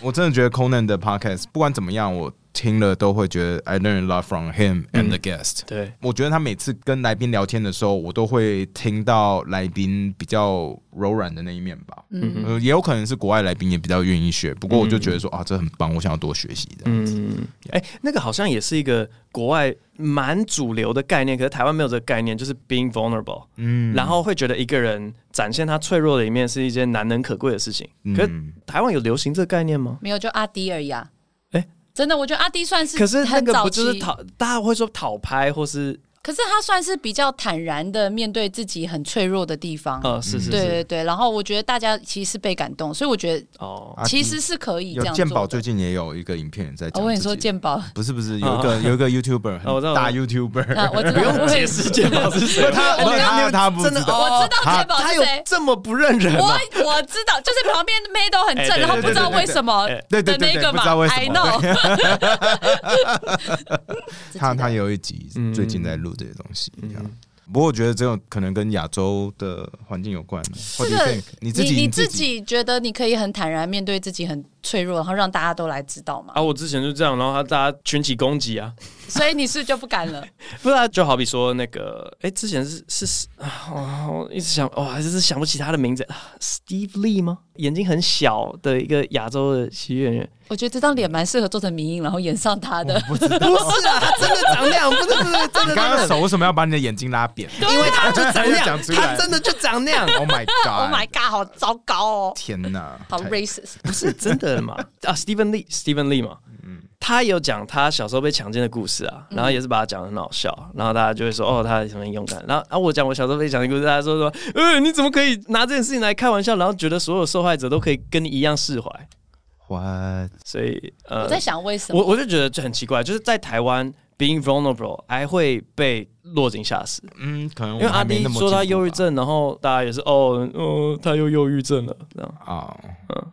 我真的觉得 Conan 的 podcast 不管怎么样，我听了都会觉得 I learn a lot from him and the guest。
嗯对
我觉得他每次跟来宾聊天的时候，我都会听到来宾比较柔软的那一面吧。嗯、也有可能是国外来宾也比较愿意学，不过我就觉得说、啊，这很棒，我想要多学习的。嗯，
哎、那个好像也是一个国外蛮主流的概念，可是台湾没有这个概念，就是 being vulnerable，嗯，然后会觉得一个人展现他脆弱的一面是一件难能可贵的事情。
嗯
可是台湾有流行这个概念吗？
没有就阿迪而已啊。
哎
真的，我觉得阿迪算是
可是那
很
个
早
不
期，
就是讨，大家会说讨拍或是
可是他算是比较坦然的面对自己很脆弱的地方。
呃，是是是，
对对对，然后我觉得大家其实是被感动，所以我觉得
哦，
其实是可以这
有
样做
鉴
的。
宝最近也有一个影片在
哦
讲。
我跟你说，
<laughs>
鉴宝，
不是不是，有一个、有一个 YouTuber
哦我知道
很大 YouTuber，、
啊，我知道，我
解释健保是谁吗，
他
我刚
他他不知
真的
道。
哦
我知道
他
鉴宝
他
是
有 <laughs>
谁。
这么不认人啊？
我我知道，就是旁边妹都很
哎
正，
对
然后
对
不知道
对
为什么
对对
的
对
那
对
个
不知道
嘛
为什
，I
么
know。
他他有一集最近在录这些东西，这样
嗯
不过我觉得这种可能跟亚洲的环境有关。这
<laughs> 这个
你自己
你
自
自己觉得你可以很坦然面对自己很脆弱，然后让大家都来知道嘛？
啊，我之前就这样，然后他大家群起攻击啊，
所以你是不是就不敢了？
不是啊，就好比说那个，哎、之前是是是啊，我我一直想，哇、哦还是想不起他的名字、啊、，Steve Lee 吗？眼睛很小的一个亚洲的喜剧演员，
我觉得这张脸蛮适合做成迷音，然后演上他 <laughs> 的。
不是啊，他真的长那样，不是不是，真的
刚刚
真的，
手为什么要把你的眼睛拉扁
因为他就长那样
讲，出来
他真的就长那样，
？Oh my
<laughs> Oh my
god！
god，好糟糕哦，
天哪，
好
太
racist。
不是真的嘛？ <laughs> 啊，Steven Lee，Steven Lee 嘛，他有讲他小时候被强奸的故事啊，然后也是把他讲的很好笑，然后大家就会说哦，他很勇敢。然后啊，我讲我小时候被强奸的故事，大家说说，呃，你怎么可以拿这件事情来开玩笑，然后觉得所有受害者都可以跟你一样释怀？
what？
所以呃
我，在想为什
我
么？
我就觉得这很奇怪，就是在台湾 being vulnerable 还会被落井下石，
嗯，可能
因为
我们
阿
还没
迪
那么
说他
进步吧啊
忧郁症，然后大家也是哦，哦，他又忧郁症了，这样
啊，
嗯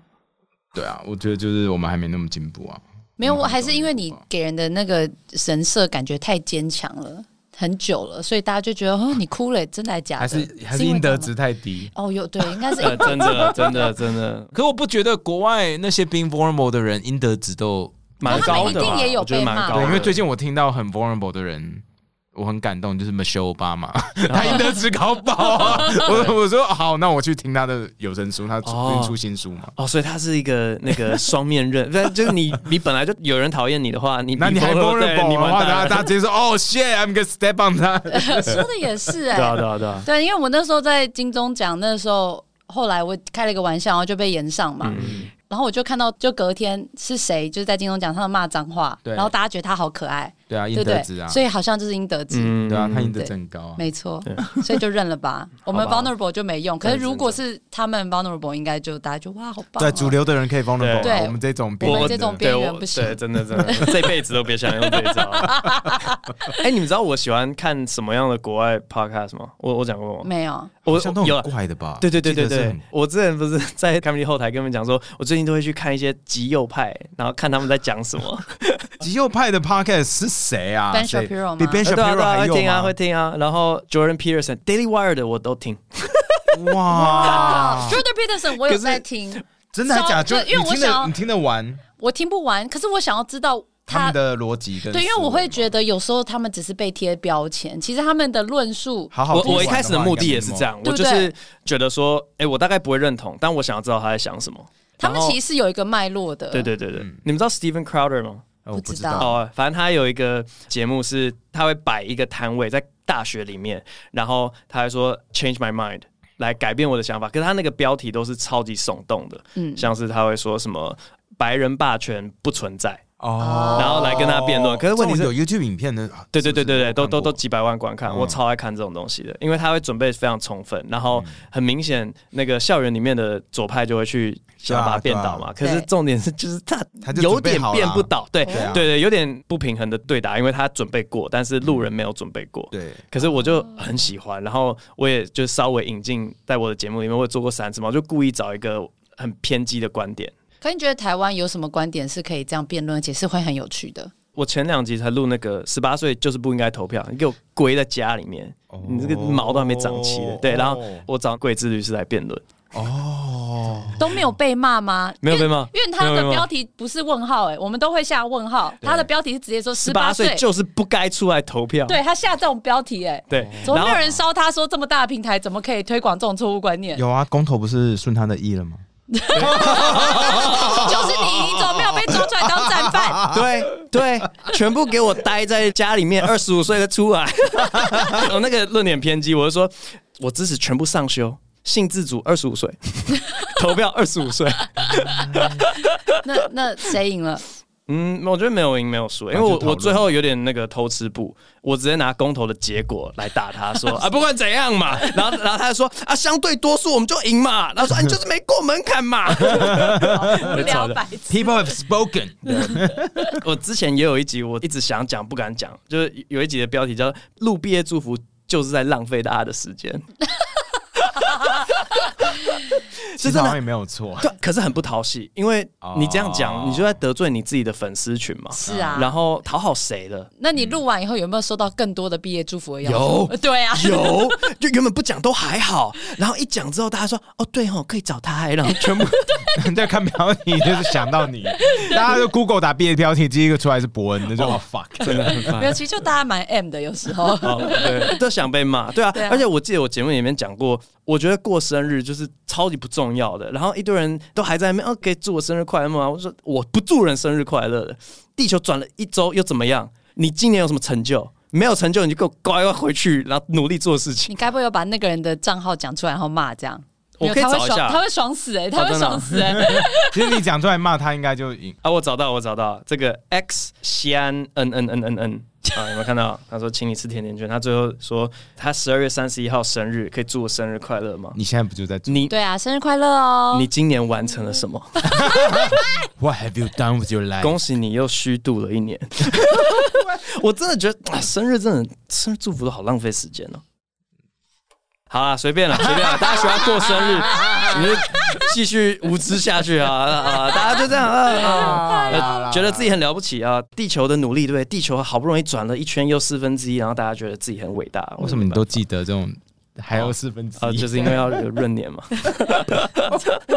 对啊，我觉得就是我们还没那么进步啊。
没有，我还是因为你给人的那个人设感觉太坚强了，很久了，所以大家就觉得哦，你哭了，真的还假的？
还是还是
因为
应
这
得
样吗
值太低。
哦，有对，
<laughs>
应该是
呃，真的真的真的
可我不觉得国外那些 being vulnerable 的人应得值都
蛮高
他
的
们一
吧，
定也有
我觉得
被
蛮
骂
高
吧
的，
对，因为最近我听到很 vulnerable 的人，我很感动，就是 Michelle <laughs> Obama，他赢得只搞爆啊！我我说好，那我去听他的有声书，他出
哦
最近出新书嘛。
哦，所以他是一个那个双面刃，但就是你你本来就有人讨厌你的话，你
那你还 vulnerable
你
的话，
完
他
蛋了，
他直接说哦 shit，I'm gonna step on 他。 <laughs>
说的也是
<laughs>
哎、
对啊对啊对啊，
对，因为我那时候在金钟奖，那时候后来我开了一个玩笑，然后就被延上
嗯
嘛。然后我就看到，就隔天是谁就是在金钟奖上骂脏话，
对
然后大家觉得他好可爱，
对啊，
对
应
不
得
对
值？啊。
所以好像就是应得值，
嗯
对啊，他赢得值很高啊。
没错， <laughs> 所以就认
<laughs>
了吧。我们 vulnerable 就没用，可是如果是他们 vulnerable，应该就大家就哇，好棒、啊哦
对，主。流的人可以 vulnerable，
对
啊我们这种
我
边缘
们
的
这种边
对
缘
我
不行
对，真的真的，这辈子都别想用这一招。哎、你们知道我喜欢看什么样的国外 podcast 吗？我我讲过吗？
没有，
我
好像都
有
很
啊。
怪的吧？
对对对对
记得是
对
很，
我之前不是在 comedy 后台跟你们讲说，我最近都会去看一些极右派，然后看他们在讲什么。
极右派的 podcast 是谁啊
Ben
谁
Shapiro 吗
比 Ben
对啊
Shapiro
对啊，
还
会
右
听啊
吗
会听啊。然后 Jordan Peterson、Daily Wire 的我都听。
哇，
Jordan Peterson 我有在听，
真的还假的？就
对因为
你
我
听得
想要
你听得完？
我听不完，可是我想要知道
他
他
们的逻辑跟
对，因为我
思维
哦
会觉得有时候他们只是被贴标签，其实他们的论述
好好
我
听完
我一开始的
话
目的
应该
也是
没
这样，
对
我
不
就
对
是觉得说，哎、我大概不会认同，但我想要知道他在想什么。
他们
然后
其实是有一个脉络
嗯
的。
对对对对，你们知道 Steven Crowder 吗？
那么，
不
我
知道
哦，反正他有一个节目是他会摆一个摊位在大学里面，然后他还说 change my mind 来改变我的想法，可是他那个标题都是超级耸动的，嗯，像是他会说什么白人霸权不存在。
哦，
然后来跟他辩论。可是问题
这
是
种，有 YouTube 影片的，啊
对对对对对，都都都
是嗯
几百万观看，我超爱看这种东西的，因为他会准备非常充分，然后
嗯
很明显那个校园里面的左派就会去想要把它
对
变
啊
倒嘛。可
啊
是重点是，就是他
他就
有
准备
点
好了
变不倒，对
对啊
对对，有点不平衡的对答，因为他准备过，但是路人没有准备过。
我看过对。
可是我就很喜欢，然后我也就稍微引进在我的节目里面，我也做过三次嘛，我就故意找一个很偏激的观点。
可你觉得台湾有什么观点是可以这样辩论，而且是会很有趣的？
我前两集才录那个十八岁就是不应该投票，你给我跪在家里面，你这个毛都还没长齐的。对，然后我找贵志律师来辩论，
哦，
都没有被骂吗？
<laughs> 没有被骂
因为因为他
没有被
的
骂
标题不是问号、哎，我们都会下问号。哎他的标题是直接说十
十
八
八
岁
岁，就是不该出来投票。
对他下这种标题、哎，
对，
怎
然
么没有
后
人烧他说这么大的平台怎么可以推广这种错误观念？
<laughs> 有啊，公投不是顺他的意了吗？
啊
<laughs> 就是你，你怎么没有被抓出来当
<laughs>
战犯？
对对，全部给我待在家里面，二十五岁的出来。 <laughs> 我那个论点偏激，我就说我支持全部上修，性自主二十五岁， <laughs> 投票二十五岁。
那那谁赢
<laughs>
了？
嗯，我觉得没有赢没有输，因为
就
我
讨论
我最后有点那个偷吃步，我直接拿公投的结果来打他
<laughs>
说啊，不管怎样嘛，然后然后他就说啊，相对多数我们就赢嘛，然后说、啊、你就是没过门槛嘛。 <laughs>
<laughs> 无聊白
啊
痴。
People have spoken。
我之前也有一集我一直想讲不敢讲，就是有一集的标题叫《录毕业祝福就是在浪费大家的时
<laughs>
间》，
其
真
实
的
好像也没哦有错。
对，可是很不讨喜，因为你这样讲，你就在得罪你自己的粉丝群嘛，
是啊，
然后讨好谁了？
那你录完以后有没有收到更多的毕业祝福的要求？
嗯有
<laughs> 对啊，
<laughs> 有，就原本不讲都还好，然后一讲之后，大家说哦，对哦，可以找他欸，
<laughs>
然后全部
<laughs> 在看标题就是想到你，大家就 Google 打毕业标题，第一个出来是伯恩，那就哦 fuck。
真的很烦
没。有，其实就大家蛮 M 的，有时候 <laughs>
哦，对，都想被骂，对啊。
对啊
而且我记得我节目里面讲过，我觉得过生日就是超级不重要的，然后一堆人都还在那边，哦，可以祝我生日快乐吗？我说我不祝人生日快乐的，地球转了一周又怎么样？你今年有什么成就？没有成就，你就给我乖乖回去，然后努力做事情。
你该不会有把那个人的账号讲出来然后骂这样？
我
没有
可以
他会
找一
爽
下
他会爽死哎、他会
真的啊
爽死哎、
<laughs>
<laughs>
其实你讲出来骂他，应该就赢。
啊，我找到，我找到这个 X 西安 N N N N N 啊，有没有看到？他说请你吃甜甜圈，他最后说他十二月三十一号生日，可以祝我生日快乐吗？
你现在不就在
你
对啊，生日快乐哦！
你今年完成了什么？
What have you done with your life？
恭喜你又虚度了一年。我真的觉得、啊、生日真的生日祝福都好浪费时间哦。好啦，随便啦，随便啦，大家喜欢过生日，你就继续无知下去啊啊！大家就这样啊啊！呃，觉得自己很了不起啊！地球的努力，对不对？地球好不容易转了一圈又四分之一，然后大家觉得自己很伟大。
为什么你都记得这种？还有四分之
啊？
一，
就是因为要有闰年嘛。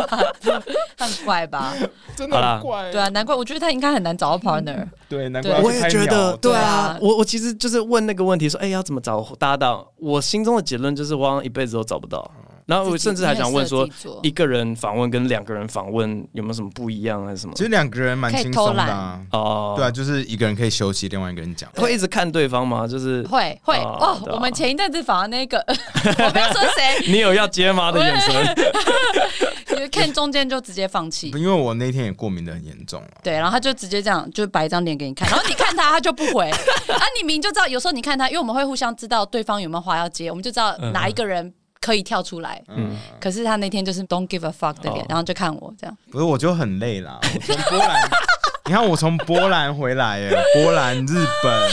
他很怪吧？
真
好啦
很怪
对啊，难怪我觉得他应该很难找
<laughs>
到 partner。
对，难
对
要去
我也
拍
觉
鸟
得，对啊
啊，
我我其实就是问那个问题，说，哎、要怎么找搭档？我心中的结论就是，我好像一辈子都找不到。然后我甚至还想问说
自己自己做，
一个人访问跟两个人访问有没有什么不一样，还是什么
其？实两个人蛮轻松的啊、
哦、
对啊，就是一个人可以休息，另外一个人讲。啊
会一直看对方吗？就是
会会
哦
哦，
对啊
我们前一阵子访问那个， <laughs> 我不要说
<laughs>
谁，
你有要接吗的眼神？
就是看中间就直接放弃。
因为我那天也过敏的很严重啊，
对，然后他就直接这样，就摆一张脸给你看，然后你看他，他就不回。啊，你明就知道，有时候你看他，因为我们会互相知道对方有没有话要接，我们就知道
嗯
哪一个人可以跳出来。嗯，可是他那天就是 don't give a fuck 的脸，
哦
然后就看我这样。
不是我就很累啦。我从波兰，你看我从波兰回来耶，波兰、日本，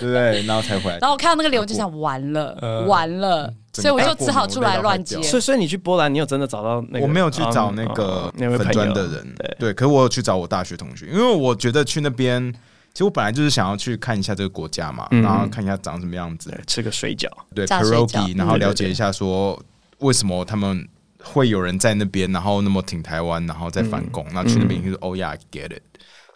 对不对？然后才回来
然。后我看到那个脸，我就想完了，完了，
呃嗯整
所
个
以我就
大过
只好
年
出
我累
来
到
乱
快
接
掉。
所以，所以你去波兰，你有真的找到那个？
我没有去找那
哦
个
哦那位
粉
朋友
砖的人，
对，
对，可是我有去找我大学同学，因为我觉得去那边，其实我本来就是想要去看一下这个国家嘛，
嗯
然后看一下长什么样子，
对吃个水饺。
对
炸水饺
pierogi，然后了解一下说为什么他们会有人在那边，然后那么挺台湾，然后再
嗯哦
反攻，然后去那边就是 Oh yeah, I get it。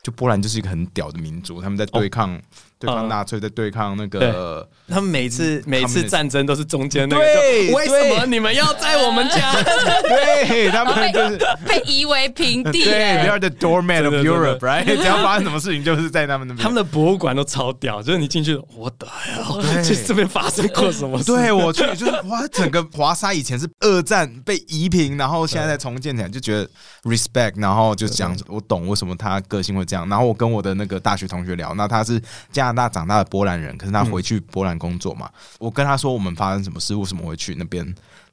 就波兰就是一个很屌的民族，他们在对抗、对抗纳粹，在对抗那个
嗯他们每次每次
communist
战争都是中间那个，
对
就为什么
对
你们要在我们家？
对他们
<laughs>
就是
被夷为平地、
<laughs> 对，they
欸
are the doormat of
对对对
Europe，right？只要发生什么事情，就是在他们那边。
他们的博物馆都超屌，就是你进去，我的
对
hell，这 <laughs> 这边发生过什么事？ <laughs>
对我去，就是哇，整个华沙以前是二战被夷平，然后现在再重建起来，就觉得 respect，然后就讲我懂为什么他个性会这样。然后我跟我的那个大学同学聊，那他是加拿大长大的波兰人，可是
嗯
他回去波兰工作嘛。我跟他说我们发生什么事，为什么会去那边？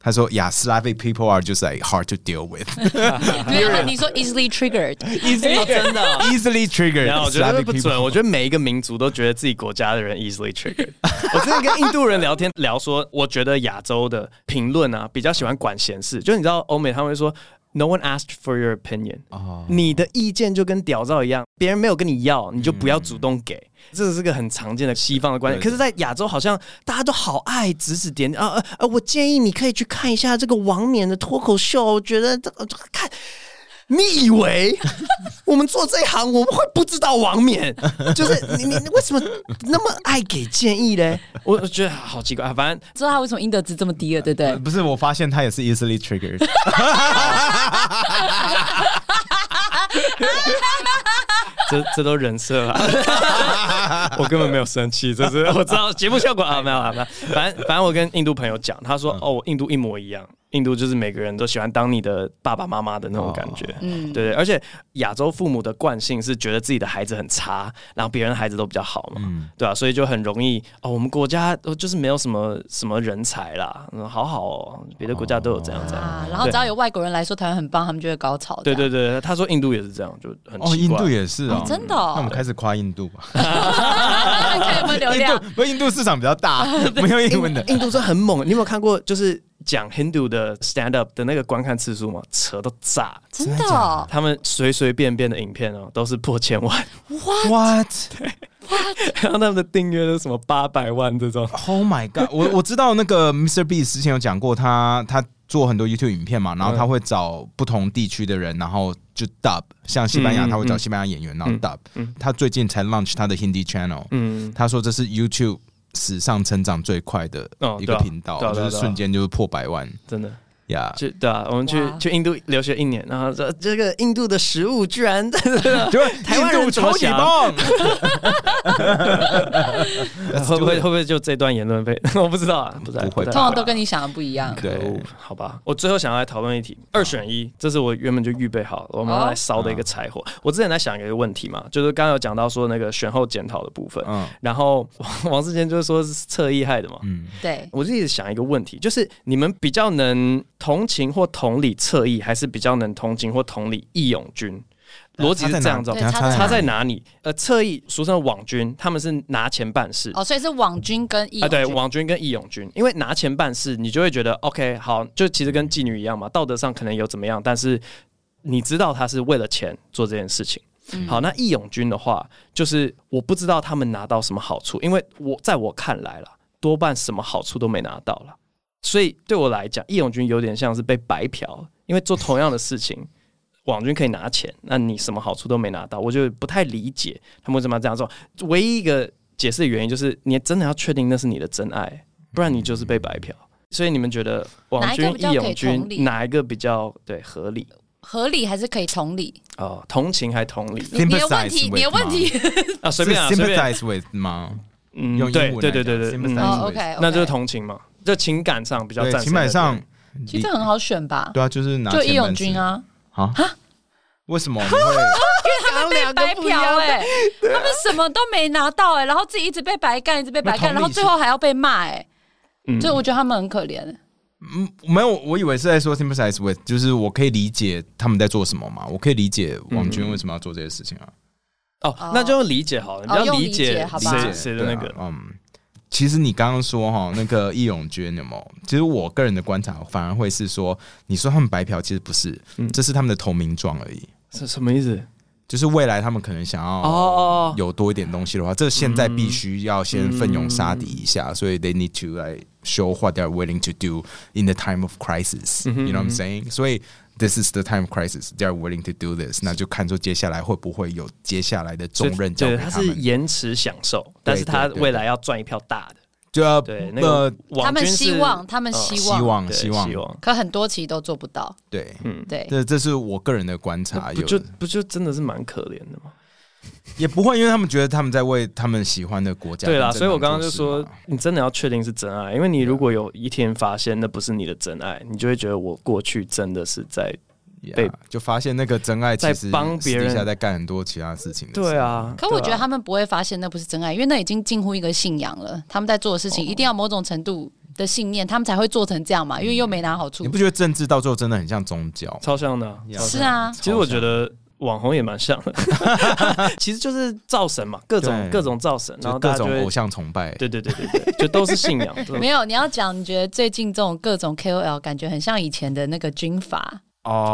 他说，Yeah, Slavic people are just like hard to deal
<laughs>
with,
<laughs> 没有，那你说 easily triggered，
哦真的哦。
easily triggered.
然后我觉得
Slavic
不
people
准，我觉得每一个民族都觉得自己国家的人 easily
<laughs>
triggered。我之前跟印度人聊天聊说，我觉得亚洲的评论啊，比较喜欢管闲事，就是你知道欧美他们会说。No one asked for your opinion，、你
哦
的意见就跟屌照一样，别人没有跟你要，你就不要主动给。这是个很常见的西方的观念，
嗯对
可是，在亚洲好像大家都好爱指指点点啊啊啊！我建议你可以去看一下这个王冕的脱口秀，我觉得这个这个看你以为我们做这一行，我们会不知道王冕？就是你你你为什么那么爱给建议呢？我我觉得好奇怪，啊反正
知道他为什么应得值这么低了，对不对？
呃不是，我发现他也是 easily
<laughs>
triggered。
这这都人设了， <laughs> 我根本没有生气，这是 <laughs> 我知道节目效果啊，没有啊，没有。反正反正我跟印度朋友讲，他说哦，我印度一模一样，印度就是每个人都喜欢当你的爸爸妈妈的那种感觉，嗯，对对。而且亚洲父母的惯性是觉得自己的孩子很差，然后别人的孩子都比较好嘛，对啊，所以就很容易哦，我们国家哦就是没有什么什么人才啦，嗯好好哦，别的国家都有这样这样。
啊，然后只要有外国人来说台湾很棒，他们就会高潮。
对对对，他说印度也是这样，就很
哦，
奇
印
怪
度也是哦
哦，真的哦
那我们开始夸印度吧。
啊， <laughs> 看有没有流
印度
量。
不，印度市场比
<laughs>
较大，没有英文的。
印度是很猛，你有没有看过就是讲 Hindu 的 stand up 的那个观看次数吗？扯到炸！
真的哦，
他们随随便便的影片哦，都是破千万， <laughs>
What?
然后他们的订阅都是什么八百万这种。
Oh my god！我我知道那个 Mr. B 之前有讲过他，他做很多 YouTube 影片嘛，然
嗯
后他会找不同地区的人，然后就 dub，像西班牙
嗯
他会找西班牙演员，然后 dub。他最近才 launch 他的 Hindi channel，
嗯，
他说这是 YouTube 史上成长最快的
哦
一
对
个
啊
频道，
对啊对啊
就是
对啊
瞬间就是破百万
真的，
呀。
就对啊，我们去
哇
去印度留学一年，然后说这个印度的食物居然会
就
台湾人
印度超级
怎么想 <laughs>
棒，
不 <laughs> 会会不会就这段言论被 <laughs> 我不知道啊，不知道
不
<laughs>
会
知
通
道
常都跟你想的不
<laughs>
一样。
可恶
对，
好吧，我最后想要来讨论一题，二选一，这是我原本就预备好，我们要来烧的一个柴火。我之前在想一个问题嘛，就是刚刚有讲到说那个选后检讨的部分，
嗯
然后王世坚就是说是侧翼害的嘛，
嗯，
对，
我自己想一个问题，就是你们比较能同情或同理侧翼，还是比较能同情或同理义勇军？逻辑是这样子哦，
对差在哪
差在哪里？呃，侧翼俗称网军，他们是拿钱办事，
哦，所以是网军跟义
啊，对，
网
网军跟义勇军，因为拿钱办事，你就会觉得 OK，好，就其实跟妓女一样嘛，
嗯
道德上可能有怎么样，但是你知道他是为了钱做这件事情。
嗯
好，那义勇军的话，就是我不知道他们拿到什么好处，因为我在我看来啦，多半什么好处都没拿到了。所以对我来讲，义勇军有点像是被白嫖，因为做同样的事情，网军可以拿钱，那你什么好处都没拿到，我就不太理解他们为什么要这样做。唯一一个解释的原因就是，你真的要确定那是你的真爱，不然你就是被白嫖。所以你们觉得网军
哪一个、比
义
较可以
勇
同理
军哪一个比较对合理？
合理还是可以同理。
<laughs> 哦，同情还同理
你你的问题，
Sympathize with
你的问题，
啊，随便啊，
是
随便，
sympathize with 吗？
嗯
用，英
对
文
对
来
对
讲
对对，嗯
<laughs>
sympathize
哦，OK，
那就是同情嘛，就情感上比较
对，
赞成的。
情感上
对，
其实这很好选吧，
对啊，就是拿
就
钱
义勇
办事
军。啊，
啊？为什么你会？ <laughs>
他们被白嫖
欸
哎，他们什么都没拿到哎，然后自己一直被白干，一直被白干，
那同理
然后最后还要被骂哎，
嗯
所以我觉得他们很可怜。
没有，我以为是在说 sympathize with，就是我可以理解他们在做什么嘛，我可以理解王
嗯
军为什么要做这些事情啊，
哦，那就用理解好了，你
哦
要
用
理
理解
解
好吧
理解
谁谁的那个
对啊嗯。其实你刚刚说哈，那个义勇军有没有？其实我个人的观察反而会是说，你说他们白嫖，其实不是，
嗯
这是他们的投名状而已。
是什么意思？
就是未来他们可能想
哦
要有多一点东西的话，这现在必须要先奋勇杀敌一下，所以 they need Mm-hmm. to like show what they're willing to do in the time of crisis. You know what I'm saying? 所以 this is the time crisis. They are willing to do this。那就看说接下来会不会有接下来的重任交
对，
给
他
他
是
们，
延迟享受，但是他
对对
未来要赚一票大的。
就要呃
对，那个网
他们
军是
希望，他们
嗯
希
希
望，
望
对
希
希
望
可很多其实都做不到。
对，
对，
这这是我个人的观察，
不
有
就不就真的是蛮可怜的吗？
也不会，因为他们觉得他们在为他们喜欢的国家
对啦，
跟
所以我刚刚就
政党
说
做事嘛，
你真的要确定是真爱，因为
啊
你如果有一天发现那不是你的真爱，你就会觉得我过去真的是在
Yeah，
被
就发现那个真爱其
在
实
帮别人
私底下在干很多其他事情的事
对，啊。
可我觉
对
得
啊
他们不会发现那不是真爱，因为那已经近乎一个信仰了。他们在做的事
哦
情一定要某种程度的信念，他们才会做成这样嘛，因为又没拿好处
你。不觉得政治到最后真的很像宗教？
超像的啊，
Yeah
超像
是啊，
其实我觉得网红也蛮像
<laughs>
的，其实就是造神嘛，各种
对
各种造神，然
就
后
各
大家就
种
会
偶，像崇拜，
对对对对对，就都是信仰。对
没有，你要讲，你觉得最近这种各种 KOL 感觉很像以前的那个军阀，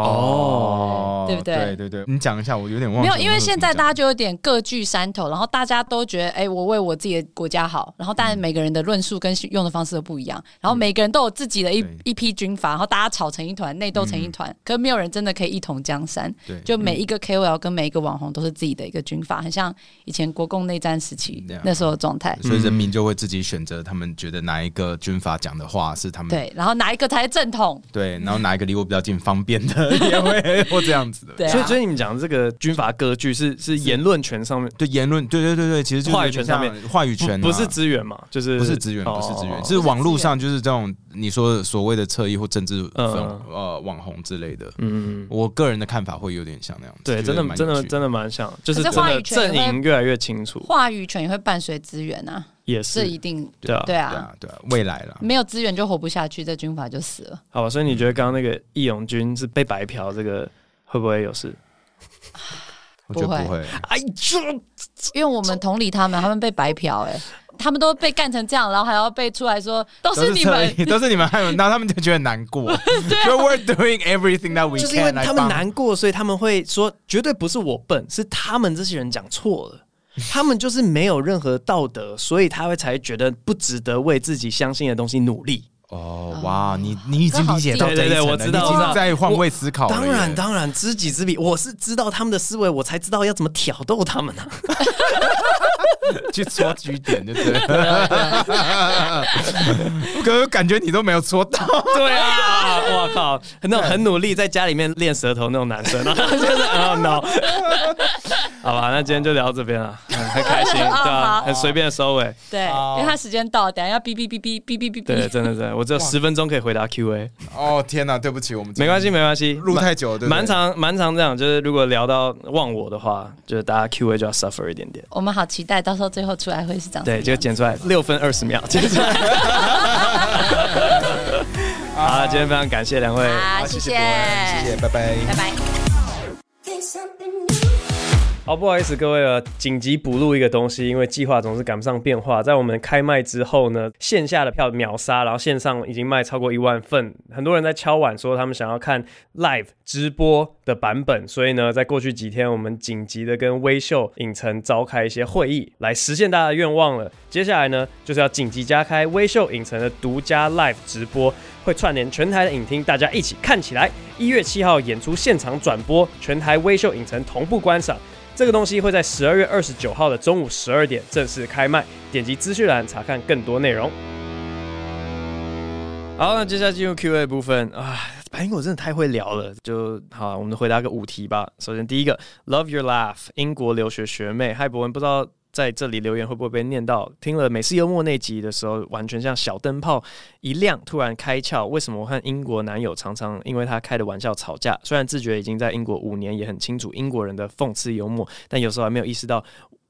哦，
对不对
对对对，你讲一下，我有点忘
没
记我
有，
那时候怎么讲。
因为现在大家就有点各据山头，然后大家都觉得，哎、我为我自己的国家好，然后但每个人的论述跟用的方式都不一样，然后每个人都有自己的一、
对嗯
一批军阀，然后大家吵成一团，内斗成一团，可没有人真的可以一统江山。
对
就每一个 KOL 跟每一个网红都是自己的一个军阀，很像以前国共内战时期
Yeah
那时候的状态。
所以人民就会自己选择，他们觉得哪一个军阀讲的话是他们
对，然后哪一个才是正统？
对，然后哪一个离我比较近方便的也会或这样子的。
对啊，
所以，所以你们讲的这个军阀割据是是言论权上面
对言论，对对对对，其实就是
话语权上面
有点像话语
不
权啊
不是资源嘛，就是
不是资源，不是资源，是
哦
网络上就是这种你说的所谓的侧翼或政治粉
嗯
呃网红之类的。
嗯，
我个人的看法会有点像那样子，
对，
觉
真
得
的
蛮
真
有
的
趣
真的蛮像，就是
是
真
话
的
语权也
阵
会
营越来越清楚，
话语权也会伴随资源啊，
也
这一
是
定
对啊
对
对
啊，
啊对啊，未来了。
没有资源就活不下去，这军阀就死了。
好吧，所以你觉得刚刚那个义勇军是被白嫖，这个会不会有事？
我觉得
不会
不会，
哎呦，
因为我们同理他们，他们被白嫖哎、他们都被干成这样，然后还要被出来说都
都
是你们啊
侧，翼， <laughs> 都是你们害我们，那他们就觉得难
<laughs>
过。就 we're doing everything that we
就是因为
can 来
他们
帮
难过，所以他们会说，绝对不是我笨，是他们这些人讲错
<laughs>
了。他们就是没有任何道德，所以他会才觉得不值得为自己相信的东西努力。
哦，哇，你你已经理解
这
到
好
这
低对
一层了，
对对我知道我
你已
知
经
道
在换位思考了
哦当然，
耶
当然，知己知彼，我是知道他们的思维，我才知道要怎么挑逗他们啊。
<laughs> 去戳据点，对
<laughs>
不对？
啊
<laughs> 可是感觉你都没有戳到，
<laughs>
<laughs>
对 <laughs> 啊，我靠，那种很努力在家里面练舌头那种男生， <laughs> 然后就是啊 no，好 <laughs> 吧，那今天就聊到这边 <laughs> 了，嗯很开心，对啊，
好
很随便的收尾，
对，因为他时间到，等一下要哔哔哔哔哔哔哔
对，
哔。
真的真的，我只有十分钟可以回答 Q&A，
哦天哪，对不起，我们
没关系没关系，
录太久了，对不对
蛮。长蛮长这样，就是如果聊到忘我的话，就是大家 Q A 就要 suffer 一点点。
我们好期待，到时候最后出来会是长什么
对，
样
就剪出来六分二十秒，剪出来。好，今天非常感谢两位，
好，谢谢，
谢谢，拜拜。
拜拜。
There's something new.
好，不好意思，各位了，紧急补录一个东西，因为计划总是赶不上变化。在我们开卖之后呢，线下的票秒杀，然后线上已经卖超过一万份，很多人在敲碗说他们想要看 live 直播的版本，所以呢，在过去几天，我们紧急的跟微秀影城召开一些会议，来实现大家的愿望了。接下来呢，就是要紧急加开微秀影城的独家 live 直播，会串联全台的影厅，大家一起看起来。一月七号演出现场转播，全台微秀影城同步观赏。这个东西会在十二月二十九号的中午十二点正式开卖，点击资讯栏查看更多内容。好，那接下来进入 Q&A 部分啊，白英果真的太会聊了，就好，我们回答个五题吧。首先第一个，Love Your Laugh，英国留学学妹，嗨，博文，不知道在这里留言会不会被念到？听了美式幽默那集的时候，完全像小灯泡一亮，突然开窍。为什么我和英国男友常常因为他开的玩笑吵架？虽然自觉已经在英国五年，也很清楚英国人的讽刺幽默，但有时候还没有意识到。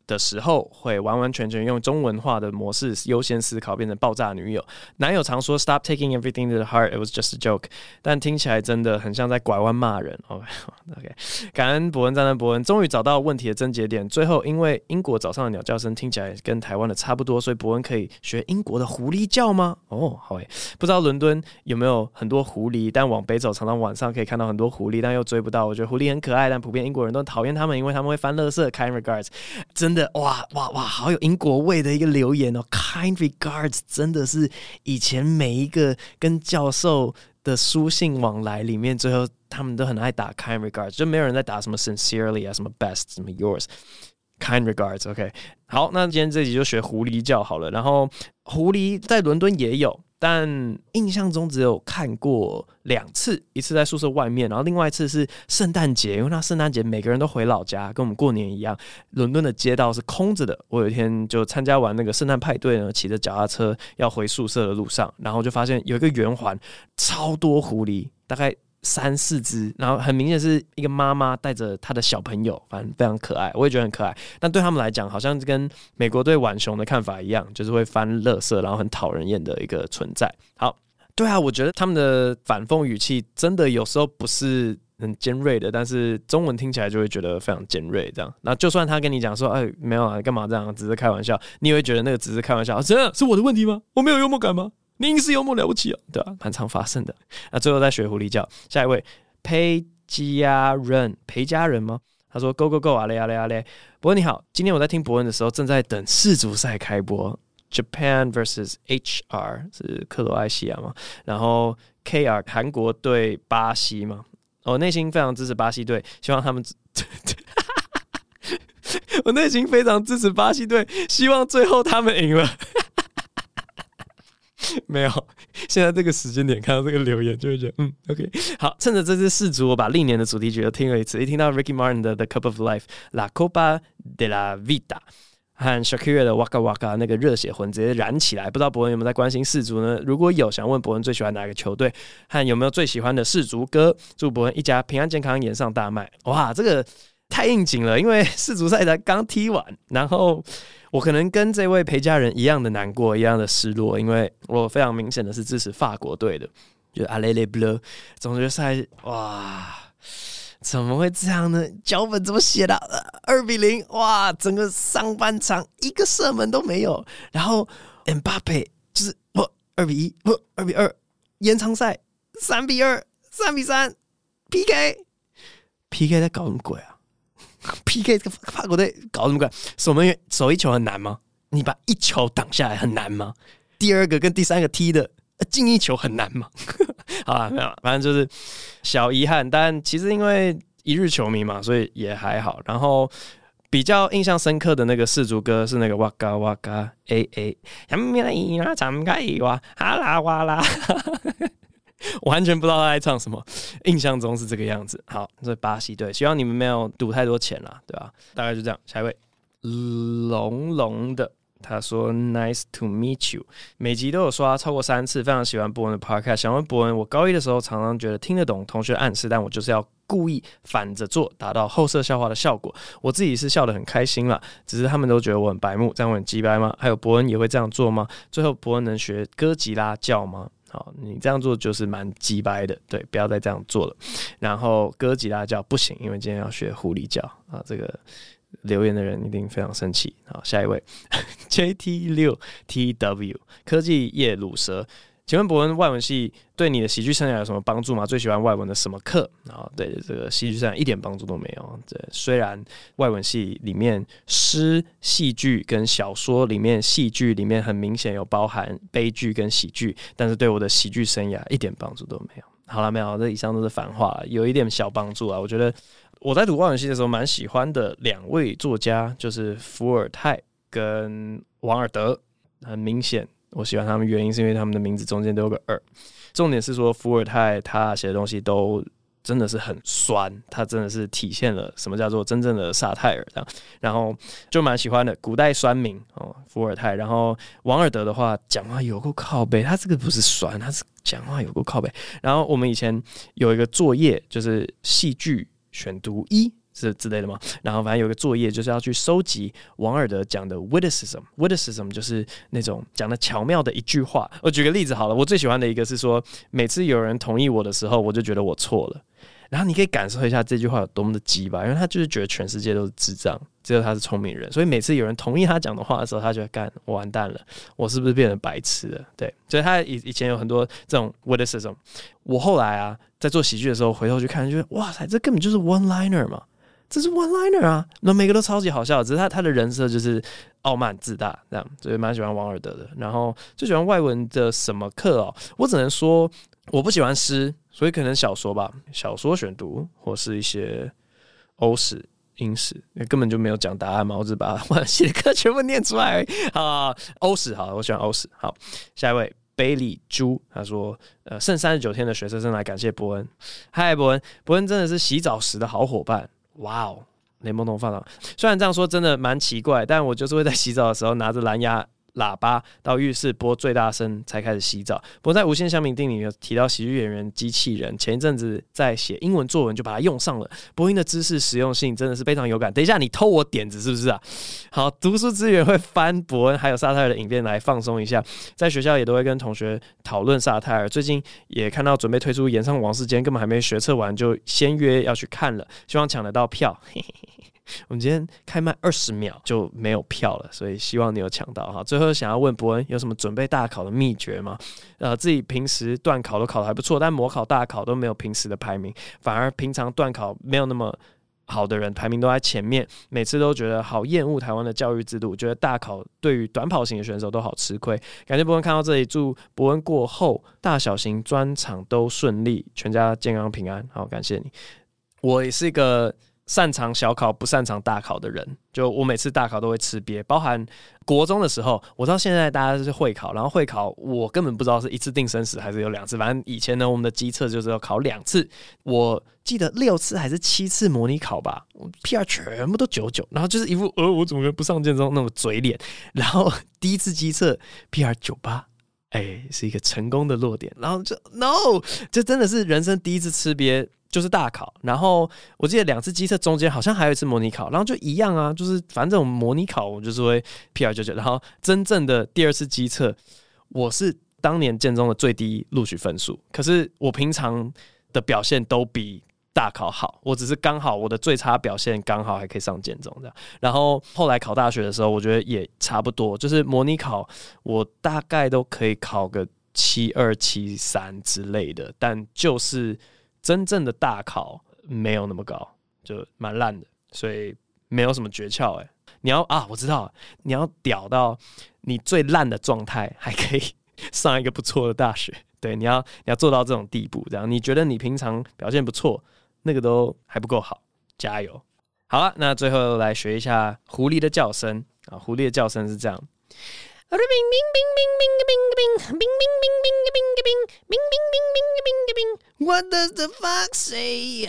的时候会完完全全用中文化的模式优先思考，变成爆炸女友。男友常说 “Stop taking everything to the heart, it was just a joke”，但听起来真的很像在拐弯骂人。OK OK，感 <laughs> 恩伯恩，赞恩伯恩，终于找到问题的症结点。最后，因为英国早上的鸟叫声听起来跟台湾的差不多，所以伯恩可以学英国的狐狸叫吗？哦，好诶，不知道伦敦有没有很多狐狸，但往北走，常常晚上可以看到很多狐狸，但又追不到。我觉得狐狸很可爱，但普遍英国人都讨厌它们，因为它们会翻垃圾。Kind regards，真的。的哇哇哇，好有英国味的一个留言哦。Kind regards，真的是以前每一个跟教授的书信往来里面，最后他们都很爱打 kind regards，就没有人在打什么 sincerely 啊，什么 best，什么 yours。Kind regards，OK、好，那今天这集就学狐狸叫好了。然后狐狸在伦敦也有，但印象中只有看过两次，一次在宿舍外面，然后另外一次是圣诞节，因为那圣诞节每个人都回老家，跟我们过年一样。伦敦的街道是空着的。我有一天就参加完那个圣诞派对呢，骑着脚踏车要回宿舍的路上，然后就发现有一个圆环，超多狐狸，大概三四只，然后很明显是一个妈妈带着她的小朋友，反正非常可爱，我也觉得很可爱。但对他们来讲，好像跟美国对浣熊的看法一样，就是会翻垃圾，然后很讨人厌的一个存在。好，对啊，我觉得他们的反讽语气真的有时候不是很尖锐的，但是中文听起来就会觉得非常尖锐。这样，那就算他跟你讲说，哎，没有啊，干嘛这样，只是开玩笑，你也会觉得那个只是开玩笑， <laughs> 啊真的是我的问题吗？我没有幽默感吗？你英式幽默了不起啊，对啊，蛮常发生的。那最后再学狐狸叫，下一位裴家人，裴家人吗？他说：Go go go 啊嘞啊嘞啊嘞！伯恩你好，今天我在听伯恩的时候，正在等世足赛开播，Japan vs HR 是克罗埃西亚嘛，然后 KR 韩国对巴西嘛，哦我内心非常支持巴西队，希望他们。 <laughs> 我内心非常支持巴西队，希望最后他们赢了。 <laughs> 没有，现在这个时间点看到这个留言就会觉得，嗯，OK，好，趁着这次世足，我把历年的主题曲又听了一次，一听到 Ricky Martin 的《The Cup of Life》，La Copa de la Vida。和 Shakira 的 Waka Waka 那个热血魂直接燃起来，不知道伯恩有没有在关心世足呢？如果有，想问伯恩最喜欢哪个球队，和有没有最喜欢的世足歌？祝伯恩一家平安健康，演上大卖！哇，这个太应景了，因为 <laughs> 世足赛才刚踢完，然后我可能跟这位陪嫁人一样的难过，一样的失落，因为我非常明显的是支持法国队的，就阿雷雷布勒总决赛，哇，怎么会这样呢？脚本怎么写的？二比零，哇，整个上半场一个射门都没有，然后 M 巴佩就是不二比一，不二比二，延长赛三比二，三比三，PK。PK 在搞什么鬼啊？PK 这个法国队搞什么鬼？守门员守一球很难吗？你把一球挡下来很难吗？第二个跟第三个踢的呃进一球很难吗？ <laughs> 好啊，没有，反正就是小遗憾。但其实因为一日球迷嘛，所以也还好。然后比较印象深刻的那个世足歌是那个哇嘎哇嘎 A A，哈啦哇 <laughs> 啦。完全不知道他在唱什么，印象中是这个样子。好，这是巴西队，希望你们没有赌太多钱啦，对吧、大概就这样。下一位，龙龙的。他说：“Nice to meet you。”每集都有刷超过三次，非常喜欢伯恩的 podcast。想问伯恩，我高一的时候常常觉得听得懂同学暗示，但我就是要故意反着做，达到后设笑话的效果。我自己是笑得很开心啦，只是他们都觉得我很白目，这样我很鸡掰吗？还有伯恩也会这样做吗？最后伯恩能学哥吉拉叫吗？好，你这样做就是蛮鸡掰的，对，不要再这样做了。然后哥吉拉叫不行，因为今天要学狐狸叫啊。这个留言的人一定非常生气。好，下一位 <laughs> JT 六 TW 科技业卤蛇，请问伯恩外文系对你的喜剧生涯有什么帮助吗？最喜欢外文的什么课？啊，对这个戏剧生涯一点帮助都没有。对，虽然外文系里面诗、戏剧跟小说里面，戏剧里面很明显有包含悲剧跟喜剧，但是对我的喜剧生涯一点帮助都没有。好了，没有，这以上都是反话，有一点小帮助啊。我觉得我在读外文系的时候，蛮喜欢的两位作家就是伏尔泰跟王尔德。很明显，我喜欢他们原因是因为他们的名字中间都有个“二”。重点是说，伏尔泰他写的东西都真的是很酸，他真的是体现了什么叫做真正的萨泰尔这样。然后就蛮喜欢的，古代酸民哦，伏尔泰。然后王尔德的话，讲话有够靠背，他这个不是酸，他是讲话有够靠背。然后我们以前有一个作业，就是戏剧选读一。是之类的嘛，然后反正有个作业就是要去收集王尔德讲的 witticism，witticism 就是那种讲的巧妙的一句话。我举个例子好了，我最喜欢的一个是说，每次有人同意我的时候，我就觉得我错了。然后你可以感受一下这句话有多么的鸡巴，因为他就是觉得全世界都是智障，只有他是聪明人，所以每次有人同意他讲的话的时候，他就会干，我完蛋了，我是不是变成白痴了？对，所以他以以前有很多这种 witticism。我后来啊，在做喜剧的时候回头去看，就是哇塞，这根本就是 one liner 嘛，这是 one liner 啊，那每个都超级好笑，只是他他的人设就是傲慢自大这样，所以蛮喜欢王尔德的。然后最喜欢外文的什么课哦？我只能说我不喜欢诗，所以可能小说吧，小说选读或是一些欧史。英史根本就没有讲答案嘛，我只把我写的课全部念出来而已啊。欧史好，我喜欢欧史。好，下一位贝里猪，他说：“呃，剩三十九天的学生生来感谢伯恩。嗨，伯恩，伯恩真的是洗澡时的好伙伴。哇哦，雷蒙东放浪。虽然这样说真的蛮奇怪，但我就是会在洗澡的时候拿着蓝牙喇叭到浴室播最大声才开始洗澡。不过在《无限香民定》里有提到喜剧演员机器人，前一阵子在写英文作文就把它用上了。播音的知识实用性真的是非常有感。等一下你偷我点子是不是啊？好，读书资源会翻伯恩还有沙泰尔的影片来放松一下，在学校也都会跟同学讨论沙泰尔。最近也看到准备推出《延上王世坚》，根本还没学测完就先约要去看了，希望抢得到票。嘿嘿嘿我们今天开卖二十秒就没有票了，所以希望你有抢到哈。最后想要问伯恩有什么准备大考的秘诀吗？呃，自己平时段考都考得还不错，但模考、大考都没有平时的排名，反而平常段考没有那么好的人排名都在前面，每次都觉得好厌恶台湾的教育制度，觉得大考对于短跑型的选手都好吃亏。感谢伯恩看到这里，祝伯恩过后大小型专场都顺利，全家健康平安。好，感谢你。我也是一个擅长小考不擅长大考的人，就我每次大考都会吃瘪，包含国中的时候，我知道现在大家是会考，然后会考我根本不知道是一次定生死还是有两次，反正以前呢我们的机测就是要考两次，我记得六次还是七次模拟考吧我，PR 我全部都九九，然后就是一副呃我怎么跟不上建中那种嘴脸，然后第一次机测 PR 九八。哎，是一个成功的落点，然后就 no，这真的是人生第一次吃瘪，就是大考。然后我记得两次机测中间好像还有一次模拟考，然后就一样啊，就是反正这种模拟考我就是会 PR 九九，然后真正的第二次机测，我是当年建中的最低录取分数，可是我平常的表现都比。大考好，我只是刚好我的最差表现刚好还可以上建中这样，然后后来考大学的时候，我觉得也差不多，就是模拟考我大概都可以考个七二七三之类的，但就是真正的大考没有那么高，就蛮烂的，所以没有什么诀窍哎、你要啊，我知道了，你要屌到你最烂的状态，还可以上一个不错的大学。对，你要你要做到这种地步，这样你觉得你平常表现不错，那个都还不够好，加油！好了，那最后来学一下狐狸的叫声啊，狐狸的叫声是这样。What does the fox say？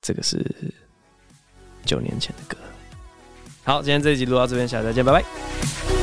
这个是九年前的歌。好，今天这一集录到这边，下次再见，拜拜。
Thank